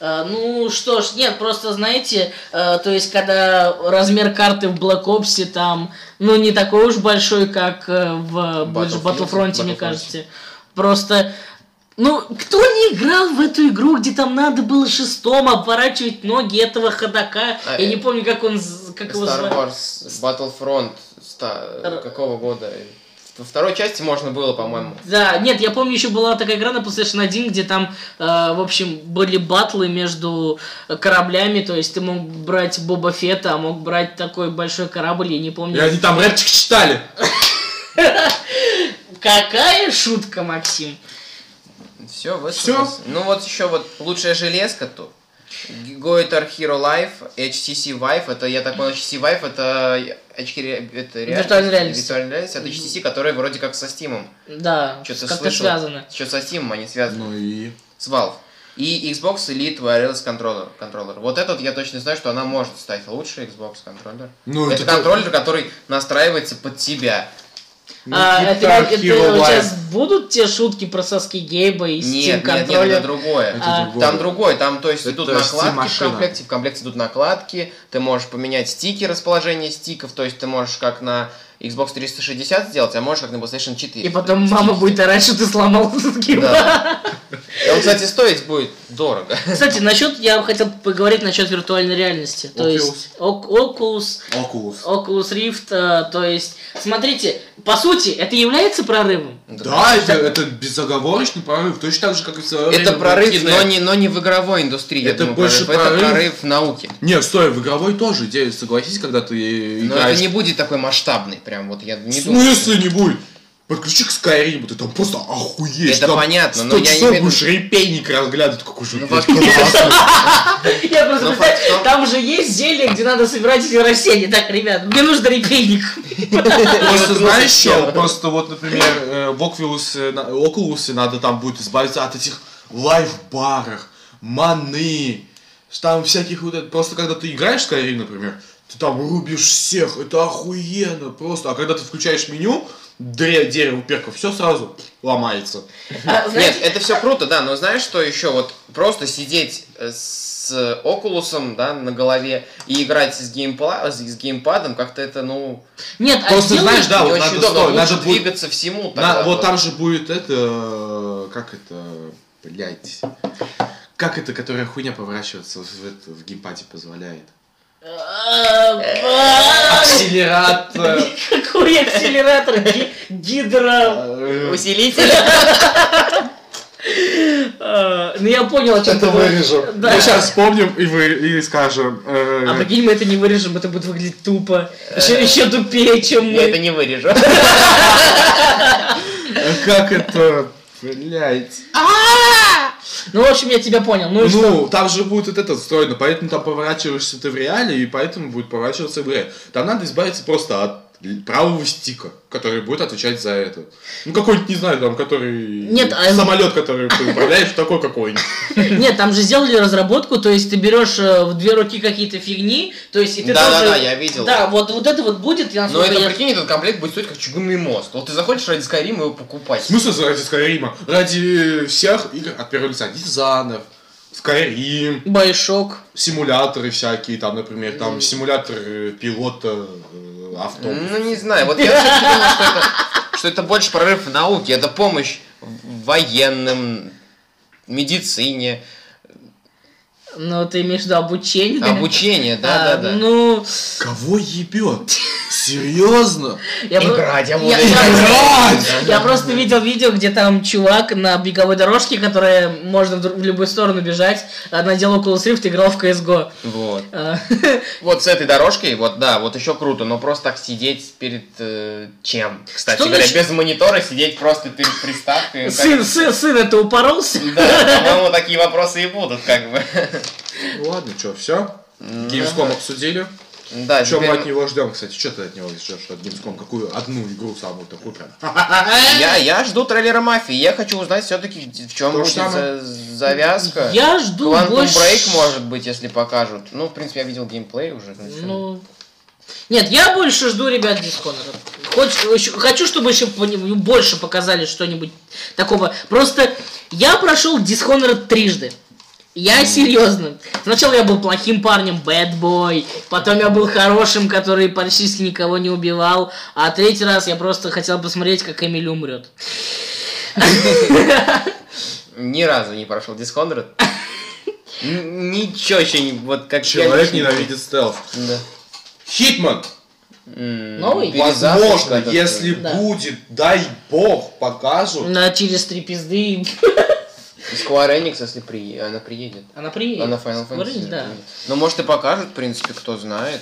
Speaker 3: А, Ну что ж, нет, просто знаете, э, то есть когда размер карты в Black Ops там, ну не такой уж большой, как э, в Battlefront,
Speaker 1: Battlefield,
Speaker 3: мне
Speaker 1: Battlefront.
Speaker 3: кажется. Просто, ну кто не играл в эту игру, где там надо было шестом обворачивать ноги этого ходака?
Speaker 1: А, э,
Speaker 3: Я не помню, как он, з- как его
Speaker 1: Star
Speaker 3: звали.
Speaker 1: Wars Battlefront ста-
Speaker 3: Р-
Speaker 1: какого года? Во второй части можно было, по-моему.
Speaker 3: Да, нет, я помню, еще была такая игра на PlayStation 1, где там, э, в общем, были батлы между кораблями, то есть ты мог брать Боба Фета, а мог брать такой большой корабль, я не
Speaker 2: И
Speaker 3: помню.
Speaker 2: они там рэпчик читали.
Speaker 3: Какая шутка, Максим?
Speaker 1: Все, высказался. Ну вот еще вот лучшая железка тут. Goiter Hero Life, HTC Vive, это я так понял, HTC Vive это очки ре- это реальность,
Speaker 3: Виртуальная реальность.
Speaker 1: виртуальная реальность, а это HTC, который вроде как со Steam.
Speaker 3: Да,
Speaker 1: Что-то
Speaker 3: как-то
Speaker 1: слышал.
Speaker 3: связано.
Speaker 1: Что со Steam они связаны.
Speaker 2: Ну и...
Speaker 1: С Valve. И Xbox Elite Wireless Controller. контроллер. Вот этот я точно знаю, что она может стать лучше Xbox контроллер.
Speaker 2: Ну,
Speaker 1: это
Speaker 2: это-
Speaker 1: контроллер, который настраивается под тебя.
Speaker 2: Ну,
Speaker 3: А, это,
Speaker 2: Guitar
Speaker 3: это
Speaker 2: Hero
Speaker 3: у тебя с-
Speaker 2: Live.
Speaker 3: будут те шутки про соски Гейба и Steam
Speaker 1: Нет, нет, нет, это
Speaker 3: контроллер?
Speaker 1: другое.
Speaker 2: Это
Speaker 3: А.
Speaker 2: другое.
Speaker 1: Там другой, там, то есть,
Speaker 2: Это
Speaker 1: идут
Speaker 2: Steam-машина.
Speaker 1: накладки в комплекте, в комплекте идут накладки, ты можешь поменять стики, расположение стиков, то есть ты можешь как на Xbox 360 сделать, а можешь как на PlayStation 4.
Speaker 3: И потом мама будет орать, что ты сломал этот геймпад.
Speaker 1: Да. И он, кстати, стоить будет дорого.
Speaker 3: Кстати, насчет, я хотел поговорить насчет виртуальной реальности. То
Speaker 2: Oculus.
Speaker 3: есть Ок- Oculus,
Speaker 2: Oculus.
Speaker 3: Oculus Rift, э, то есть, смотрите, по сути, это является прорывом.
Speaker 2: Да, это, это безоговорочный прорыв, точно так же, как и в свое время
Speaker 1: Это
Speaker 2: был
Speaker 1: прорыв,
Speaker 2: Kinect.
Speaker 1: но не, но не в игровой индустрии. я
Speaker 2: Это
Speaker 1: думаю,
Speaker 2: больше
Speaker 1: Это
Speaker 2: прорыв.
Speaker 1: прорыв в науке.
Speaker 2: Не, стой, в игровой тоже, де- согласись, когда ты
Speaker 1: Но
Speaker 2: играешь.
Speaker 1: Ну, это не будет такой масштабный, прям вот я
Speaker 2: В
Speaker 1: не думаю. что-
Speaker 2: смысле не будет? Подключи к Skyrim, ты там просто охуеешь.
Speaker 1: Это
Speaker 2: там
Speaker 1: понятно,
Speaker 2: 100
Speaker 1: но я не
Speaker 2: часов
Speaker 1: имею в
Speaker 2: будешь репейник разглядывать, какой же
Speaker 1: Ну,
Speaker 2: блядь,
Speaker 1: вообще.
Speaker 2: классный.
Speaker 3: Я просто
Speaker 1: Ну,
Speaker 3: представляю,
Speaker 1: факт в том-
Speaker 3: там же есть зелье, где надо собирать эти растения. Так, ребят, мне нужен репейник.
Speaker 2: Просто
Speaker 1: Ну,
Speaker 2: знаешь что?
Speaker 1: зачем?
Speaker 2: Просто вот, например, э, в Oculus, э, на- Oculus надо там будет избавиться от этих лайф-барах, маны, ш- там всяких вот это. Просто когда ты играешь в Skyrim, например, ты там рубишь всех, это охуенно просто. А когда ты включаешь меню, дре- дерево, перка, все сразу ломается.
Speaker 3: А,
Speaker 1: Нет,
Speaker 3: знаете,
Speaker 1: это все круто, да, но знаешь, что еще? Вот просто сидеть э, с окулусом, да, на голове и играть с, геймпла... с, с геймпадом, как-то это, ну,
Speaker 3: Нет, а
Speaker 2: Просто
Speaker 3: сделай-
Speaker 2: знаешь, да,
Speaker 1: не
Speaker 2: вот
Speaker 1: очень
Speaker 2: надо
Speaker 1: удобно.
Speaker 2: стой,
Speaker 1: Лучше
Speaker 2: надо будет-
Speaker 1: двигаться всему.
Speaker 2: На-
Speaker 1: тогда,
Speaker 2: вот там же будет это... э, Как это... Блять. Как это, которая хуйня поворачиваться в, это- в геймпаде позволяет?
Speaker 3: А, а,
Speaker 2: Акселератор.
Speaker 3: Какой акселератор? Ги- Гидро...
Speaker 2: Э,
Speaker 1: Усилитель.
Speaker 3: А, Ну, я понял, о чем ты
Speaker 2: Это
Speaker 3: говоришь.
Speaker 2: вырежем.
Speaker 3: Да.
Speaker 2: Мы сейчас вспомним и, вы, и скажем. э,
Speaker 3: А прикинь, мы это не вырежем, это будет выглядеть тупо. Еще, еще тупее, чем
Speaker 1: Я это
Speaker 3: мы.
Speaker 1: не вырежу.
Speaker 2: Как это... Блять.
Speaker 3: Ну, в общем, я тебя понял. Ну и что?
Speaker 2: Ну, там же будет вот это встроено, поэтому там поворачиваешься ты в реале, и поэтому будет поворачиваться в игре. Там надо избавиться просто от л- правого стика, который будет отвечать за это. Ну, какой-нибудь, не знаю, там, который...
Speaker 3: Нет, а-
Speaker 2: Самолет, который ты управляешь, такой какой-нибудь.
Speaker 3: Нет, там же сделали разработку, то есть ты берешь э, в две руки какие-то фигни, то есть и ты
Speaker 1: Да-да-да,
Speaker 3: тоже-
Speaker 1: я видел.
Speaker 3: Да, вот, вот это вот будет,
Speaker 2: Ну,
Speaker 3: я
Speaker 1: Но
Speaker 3: насколько
Speaker 1: это,
Speaker 3: я-
Speaker 1: прикинь, этот комплект будет стоить как чугунный мост. Вот ты захочешь ради Skyrim его покупать.
Speaker 2: Смысл ради Скайрима? Ради всех игр от первого лица. Дизайнер, Скайрим,
Speaker 3: Байшок.
Speaker 2: симуляторы всякие, там, например, там симулятор э, пилота э, автобуса.
Speaker 1: Ну, не знаю. Вот я все-таки думаю, что это, что это больше прорыв в науке. Это помощь военным, медицине,
Speaker 3: Ну, ты имеешь в виду обучение. А,
Speaker 1: обучение, да-да-да.
Speaker 3: Ну,
Speaker 2: Кого ебет? Серьезно?
Speaker 3: Я про-
Speaker 1: Играть, я буду
Speaker 3: я-
Speaker 2: играть!
Speaker 3: Я просто видел видео, где там чувак на беговой дорожке, которая можно в дру- в любую сторону бежать, а надел Oculus Rift и играл в CSGO.
Speaker 1: Вот.
Speaker 3: А,
Speaker 1: Вот с этой дорожкой, вот да, вот еще круто, но просто так сидеть перед э, чем? Кстати
Speaker 3: Что
Speaker 1: говоря,
Speaker 3: значит-
Speaker 1: без монитора сидеть просто перед приставкой. вот так.
Speaker 3: Сын, сын, сын, это упоролся?
Speaker 1: Да, по-моему, такие вопросы и будут, как бы.
Speaker 2: Ну Ладно, что, все? Gamescom обсудили.
Speaker 1: Да,
Speaker 2: Что мы
Speaker 1: Ну, А теперь-
Speaker 2: от него ждем, кстати? Что ты от него ждешь от Gamescom? Какую одну игру самую такую прям?
Speaker 1: Я, я жду трейлера мафии. Я хочу узнать все-таки, в чем
Speaker 2: То же
Speaker 1: будет
Speaker 2: самое.
Speaker 1: за- завязка.
Speaker 3: Я жду
Speaker 1: Quantum
Speaker 3: больше...
Speaker 1: Break, может быть, если покажут. Ну, в принципе, я видел геймплей уже. ну, всё.
Speaker 3: Ну... Нет, я больше жду ребят Dishonored. Хоч- ещё- хочу, чтобы еще ну, больше показали что-нибудь такого. Просто я прошел Dishonored трижды. Я серьезно. Сначала я был плохим парнем, bad boy. Потом я был хорошим, который практически никого не убивал. А третий раз я просто хотел посмотреть, как Эмили умрет.
Speaker 1: Ни разу не прошел Dishonored. Н- Ничего еще не... Вот как я
Speaker 2: Человек
Speaker 1: лично-
Speaker 2: ненавидит стелф.
Speaker 1: Да.
Speaker 2: Хитман!
Speaker 1: М,
Speaker 3: Новый?
Speaker 1: перезапуск
Speaker 2: Возможно,
Speaker 1: этот,
Speaker 2: если
Speaker 1: э,
Speaker 3: да.
Speaker 2: будет, дай бог, покажут.
Speaker 3: На через три пизды.
Speaker 1: Square Enix, если при... она приедет.
Speaker 3: Она приедет.
Speaker 1: Она Final
Speaker 3: Скоро,
Speaker 1: Fantasy.
Speaker 3: Да.
Speaker 1: приедет. Ну, может, и покажут, в принципе, кто знает.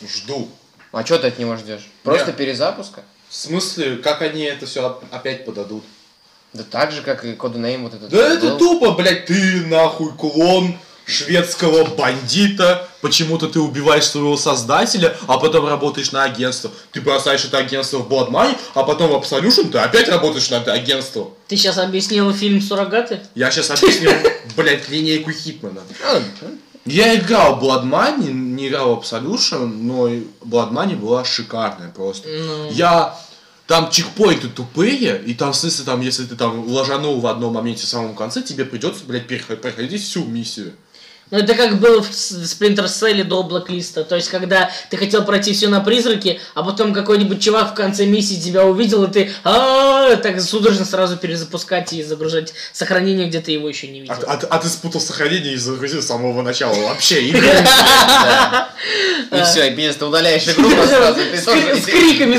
Speaker 2: Жду.
Speaker 1: А что ты от него ждешь? Просто
Speaker 2: Нет.
Speaker 1: перезапуска?
Speaker 2: В смысле, как они это все опять подадут?
Speaker 1: Да так же, как и Codename вот этот.
Speaker 2: Да это
Speaker 1: был.
Speaker 2: тупо, блядь, ты нахуй клон шведского бандита, почему-то ты убиваешь своего создателя, а потом работаешь на агентство. Ты бросаешь это агентство в Bloodmine, а потом в Absolution ты опять работаешь на это агентство.
Speaker 3: Ты сейчас объяснила фильм «Суррогаты»?
Speaker 2: Я сейчас объясню, блядь, линейку Хитмана.
Speaker 1: А,
Speaker 2: Я играл в Blood Money, не играл в Absolution, но и Blood Money была шикарная просто.
Speaker 3: Ну.
Speaker 2: Я... Там чекпоинты тупые, и там, в смысле, там, если ты там ложанул в одном моменте в самом конце, тебе придется, блядь, перех- проходить всю миссию.
Speaker 3: Ну, это как было в с- в Splinter Cell до Blacklist. То есть, когда ты хотел пройти все на призраке, а потом какой-нибудь чувак в конце миссии тебя увидел, и ты «А-а-а!» так судорожно сразу перезапускать и загружать сохранение, где ты его еще не
Speaker 2: А,
Speaker 3: видел.
Speaker 2: а ты- а ты спутал сохранение и загрузил с самого начала вообще игры.
Speaker 1: да. И все, и пиздец, ты удаляешь игру просто сразу. ты
Speaker 3: С
Speaker 1: тоже-
Speaker 3: кри- с криками,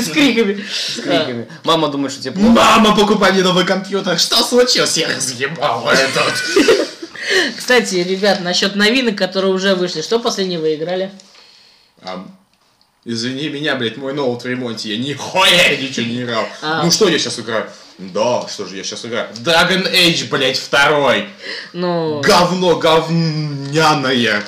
Speaker 3: с криками.
Speaker 1: С криками. Мама думает, что тебе плохо.
Speaker 2: Мама, покупай мне новый компьютер. Что случилось? Я разъебал этот.
Speaker 3: Да. Кстати, ребят, насчет новинок, которые уже вышли, что последнее вы играли?
Speaker 2: Ам, Извини меня, блядь, мой ноут в ремонте, я нихуя ничего не играл.
Speaker 3: А.
Speaker 2: Ну что я сейчас играю? Да, что же я сейчас играю? Dragon Age, блядь, второй.
Speaker 3: Ну,
Speaker 2: Говно говняное.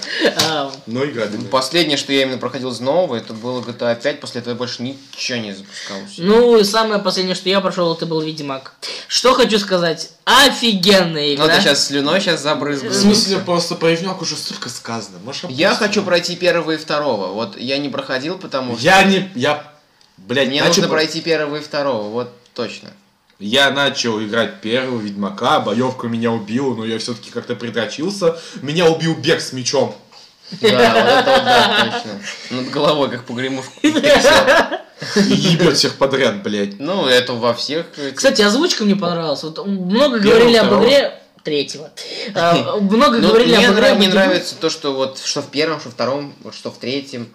Speaker 3: а,
Speaker 2: Но играбельное.
Speaker 1: Последнее, что я именно проходил с нового, это было GTA 5, после этого я больше ничего не запускался.
Speaker 3: ну и самое последнее, что я прошел, это был Ведьмак. Что хочу сказать? Офигенная игра.
Speaker 1: Ну ты сейчас слюной сейчас забрызгал.
Speaker 2: В смысле, просто про Ивнёк уже столько сказано. Маша,
Speaker 1: Я
Speaker 2: просто-
Speaker 1: хочу пройти первого и второго. Вот я не проходил, потому что...
Speaker 2: Я не... Я... Блядь,
Speaker 1: Мне
Speaker 2: начал
Speaker 1: нужно
Speaker 2: про-
Speaker 1: пройти первого и второго, вот точно.
Speaker 2: Я начал играть первого Ведьмака, боевка меня убила, но я все-таки как-то придрочился. Меня убил бег с мечом.
Speaker 1: Да, вот это вот, да, точно. Над головой, как погремушку.
Speaker 2: И ебет всех подряд, блядь.
Speaker 1: Ну, это во всех... э, этих-
Speaker 3: Кстати, озвучка мне понравилась. Вот много
Speaker 2: Первого,
Speaker 3: говорили об
Speaker 2: второго.
Speaker 3: игре третьего. А, Много
Speaker 1: Ну,
Speaker 3: говорили
Speaker 1: мне,
Speaker 3: об игре.
Speaker 1: нрав-
Speaker 3: об
Speaker 1: мне
Speaker 3: игре.
Speaker 1: нравится то, что вот что в первом, что в втором, вот что в третьем.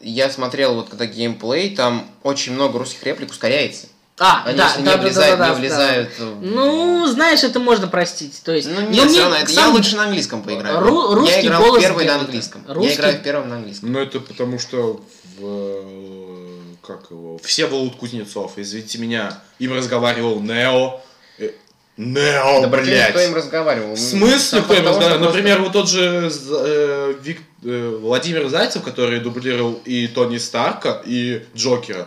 Speaker 1: Я смотрел вот когда геймплей, там очень много русских реплик ускоряется.
Speaker 3: А,
Speaker 1: Они
Speaker 3: да,
Speaker 1: если
Speaker 3: да, да,
Speaker 1: не влезают,
Speaker 3: да, да,
Speaker 1: не влезают. э,
Speaker 3: да. Ну, знаешь, это можно простить. То есть,
Speaker 1: ну
Speaker 3: но
Speaker 1: нет,
Speaker 3: мне
Speaker 1: все равно, это я
Speaker 3: сам-
Speaker 1: лучше на английском поиграю.
Speaker 3: Ру- русский
Speaker 1: я играл
Speaker 3: голос
Speaker 1: в первый на
Speaker 3: делает.
Speaker 1: английском.
Speaker 3: Русский-
Speaker 1: Я играю в первом на английском.
Speaker 2: Ну, это потому что в, э, как его, все Всеволод Кузнецов, извините меня, им разговаривал Нео. Э, Нео,
Speaker 1: Да, блин, кто им
Speaker 2: блядь.
Speaker 1: разговаривал?
Speaker 2: В смысле,
Speaker 1: Сам
Speaker 2: кто им
Speaker 1: факт того,
Speaker 2: разговаривал?
Speaker 1: что
Speaker 2: Например, вот тот же э, Вик- э, Владимир Зайцев, который дублировал и Тони Старка, и Джокера.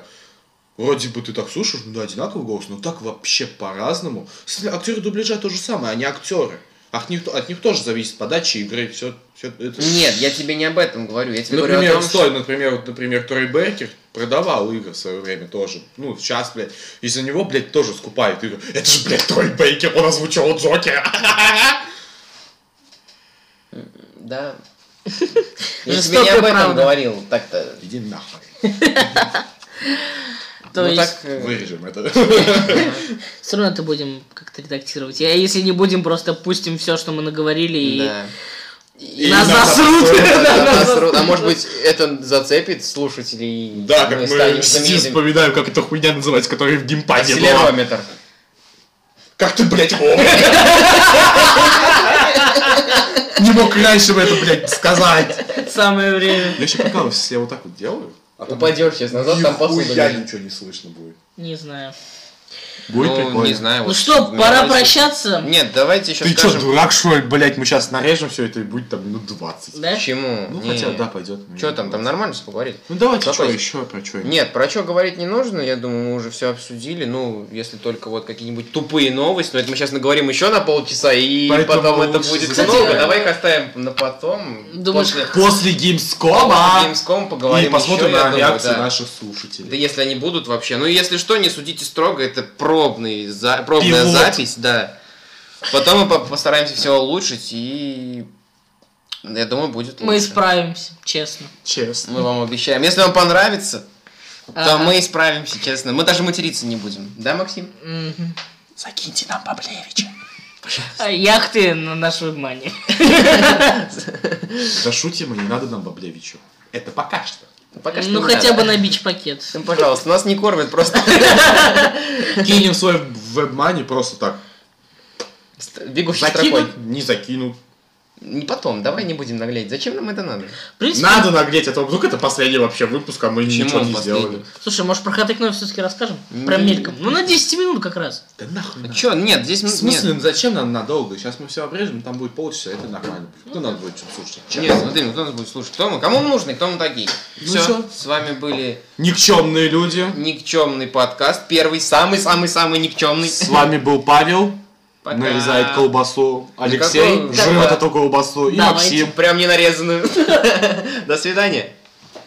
Speaker 2: Вроде бы ты так слушаешь, ну да, одинаковый голос, но так вообще по-разному. С- Актеры дубляжа то же самое, они актеры. От них, от них тоже зависит подача игры, все, это...
Speaker 1: просто- Нет, я тебе не об этом говорю. Я тебе говорю о
Speaker 2: Например,
Speaker 1: том, что...
Speaker 2: стой, например, вот, например, Трой Бейкер продавал игры в свое время тоже. Ну, сейчас, блядь, из-за него, блядь, тоже скупают игры. Это же, блядь, Трой Бейкер, он озвучивал Джокера.
Speaker 1: Да. Я тебе не
Speaker 3: Жестокая
Speaker 1: об этом
Speaker 3: правда.
Speaker 1: говорил. Так-то.
Speaker 2: Иди нахуй.
Speaker 3: То
Speaker 1: Ну
Speaker 3: есть,
Speaker 1: так... э,
Speaker 2: Вырежем это.
Speaker 3: все равно это будем как-то редактировать. А если не будем, просто пустим все, что мы наговорили. и-
Speaker 1: Да.
Speaker 3: И,
Speaker 2: И
Speaker 3: Нас
Speaker 2: нам
Speaker 3: засрут.
Speaker 2: засрут.
Speaker 3: Да, нас
Speaker 1: Нас ру-
Speaker 3: засрут.
Speaker 1: А может быть, это зацепит слушателей? и
Speaker 2: Да, как мы
Speaker 1: станем
Speaker 2: сидим,
Speaker 1: знаменитыми?
Speaker 2: вспоминаем, как эта хуйня называется, которая в геймпаде была.
Speaker 1: Акселерометр.
Speaker 2: Как ты, блядь, помнишь? Не мог раньше бы это, блядь, сказать.
Speaker 3: Самое время.
Speaker 2: Я еще прикалываюсь, если я вот так вот делаю. а там
Speaker 1: Упадешь сейчас назад, там посуда
Speaker 2: нихуя
Speaker 1: лежит.
Speaker 2: ничего не слышно будет.
Speaker 3: Не знаю.
Speaker 2: Будет
Speaker 1: Ну, не
Speaker 2: прикольно.
Speaker 1: знаю.
Speaker 3: Ну
Speaker 1: вот
Speaker 3: что, пора
Speaker 1: давайте.
Speaker 3: прощаться?
Speaker 1: Нет, давайте еще
Speaker 2: Ты чё,
Speaker 1: скажем.
Speaker 2: дурак, что ли, блядь, мы сейчас нарежем все это и будет там минут 20.
Speaker 3: Да?
Speaker 1: Почему?
Speaker 2: Ну,
Speaker 1: Не.
Speaker 2: хотя, да, пойдет.
Speaker 1: Чё там, там нормально все поговорить?
Speaker 2: Ну, давайте, что
Speaker 1: Давай.
Speaker 2: еще, про что?
Speaker 1: Нет, про что говорить не нужно, я думаю, мы уже все обсудили. Ну, если только вот какие-нибудь тупые новости, но это мы сейчас наговорим еще на полчаса, и
Speaker 2: Поэтому
Speaker 1: потом это
Speaker 2: лучше
Speaker 1: будет
Speaker 2: Кстати,
Speaker 1: много.
Speaker 3: э,
Speaker 1: Давай их оставим на потом.
Speaker 3: Думаешь,
Speaker 1: после
Speaker 2: После
Speaker 1: после
Speaker 2: геймскома
Speaker 1: Gamescom
Speaker 2: и
Speaker 1: поговорим
Speaker 2: посмотрим
Speaker 1: ещё, я
Speaker 2: на
Speaker 1: думаю,
Speaker 2: реакцию
Speaker 1: да.
Speaker 2: наших
Speaker 1: Да
Speaker 2: слушателей.
Speaker 1: если они будут вообще. Ну, если что, не судите строго, это пробный, за... пробная
Speaker 2: Пилот.
Speaker 1: запись, да. Потом мы по- постараемся все улучшить, и я думаю, будет лучше.
Speaker 3: Мы справимся, честно.
Speaker 2: Честно.
Speaker 1: Мы вам обещаем. Если вам понравится, то
Speaker 3: Ага.
Speaker 1: мы исправимся, честно. Мы даже материться не будем. Да, Максим?
Speaker 3: Мгм.
Speaker 2: Закиньте нам Баблевича.
Speaker 3: А Яхты на нашу внимание.
Speaker 2: Да шутим, и не надо нам Баблевичу. Это пока что.
Speaker 1: Пока что
Speaker 3: Ну
Speaker 1: не
Speaker 3: хотя
Speaker 1: надо.
Speaker 3: бы на бич-пакет.
Speaker 1: Ну, пожалуйста, нас не кормят просто.
Speaker 2: Кинем свой вебмани просто так.
Speaker 1: Бегущий строкой.
Speaker 2: Закинут? Не закинут.
Speaker 1: Не потом, давай не будем наглеть. Зачем нам это надо?
Speaker 3: В принципе,
Speaker 2: Надо нагреть, а то вдруг это последний вообще выпуск, а мы
Speaker 1: Почему
Speaker 2: ничего
Speaker 1: он
Speaker 2: не
Speaker 1: последний?
Speaker 2: сделали.
Speaker 3: слушай, может про Хатек все-таки расскажем?
Speaker 1: Не.
Speaker 3: Прям мельком. Ну на 10 минут как раз.
Speaker 2: Да нахуй.
Speaker 1: А
Speaker 2: надо.
Speaker 1: Чё, нет, здесь...
Speaker 2: В
Speaker 1: м-
Speaker 2: смысле,
Speaker 1: нет.
Speaker 2: ну зачем нам надолго? Сейчас мы все обрежем, там будет полчаса, это нормально. Кто надо будет что слушать?
Speaker 1: Нет, смотри, ну кто нас будет слушать? Кто мы? Кому мы нужны, кто мы такие?
Speaker 2: Ну
Speaker 1: Все,
Speaker 2: всё.
Speaker 1: с вами были
Speaker 2: Никчемные люди.
Speaker 1: никчемный подкаст. Первый, самый-самый-самый никчемный.
Speaker 2: С вами был Павел.
Speaker 1: Пока.
Speaker 2: Нарезает колбасу. Алексей
Speaker 1: какого-
Speaker 2: жрет
Speaker 1: Пока.
Speaker 2: эту колбасу. И
Speaker 3: Давайте.
Speaker 2: Максим.
Speaker 1: Прям не нарезанную. До свидания.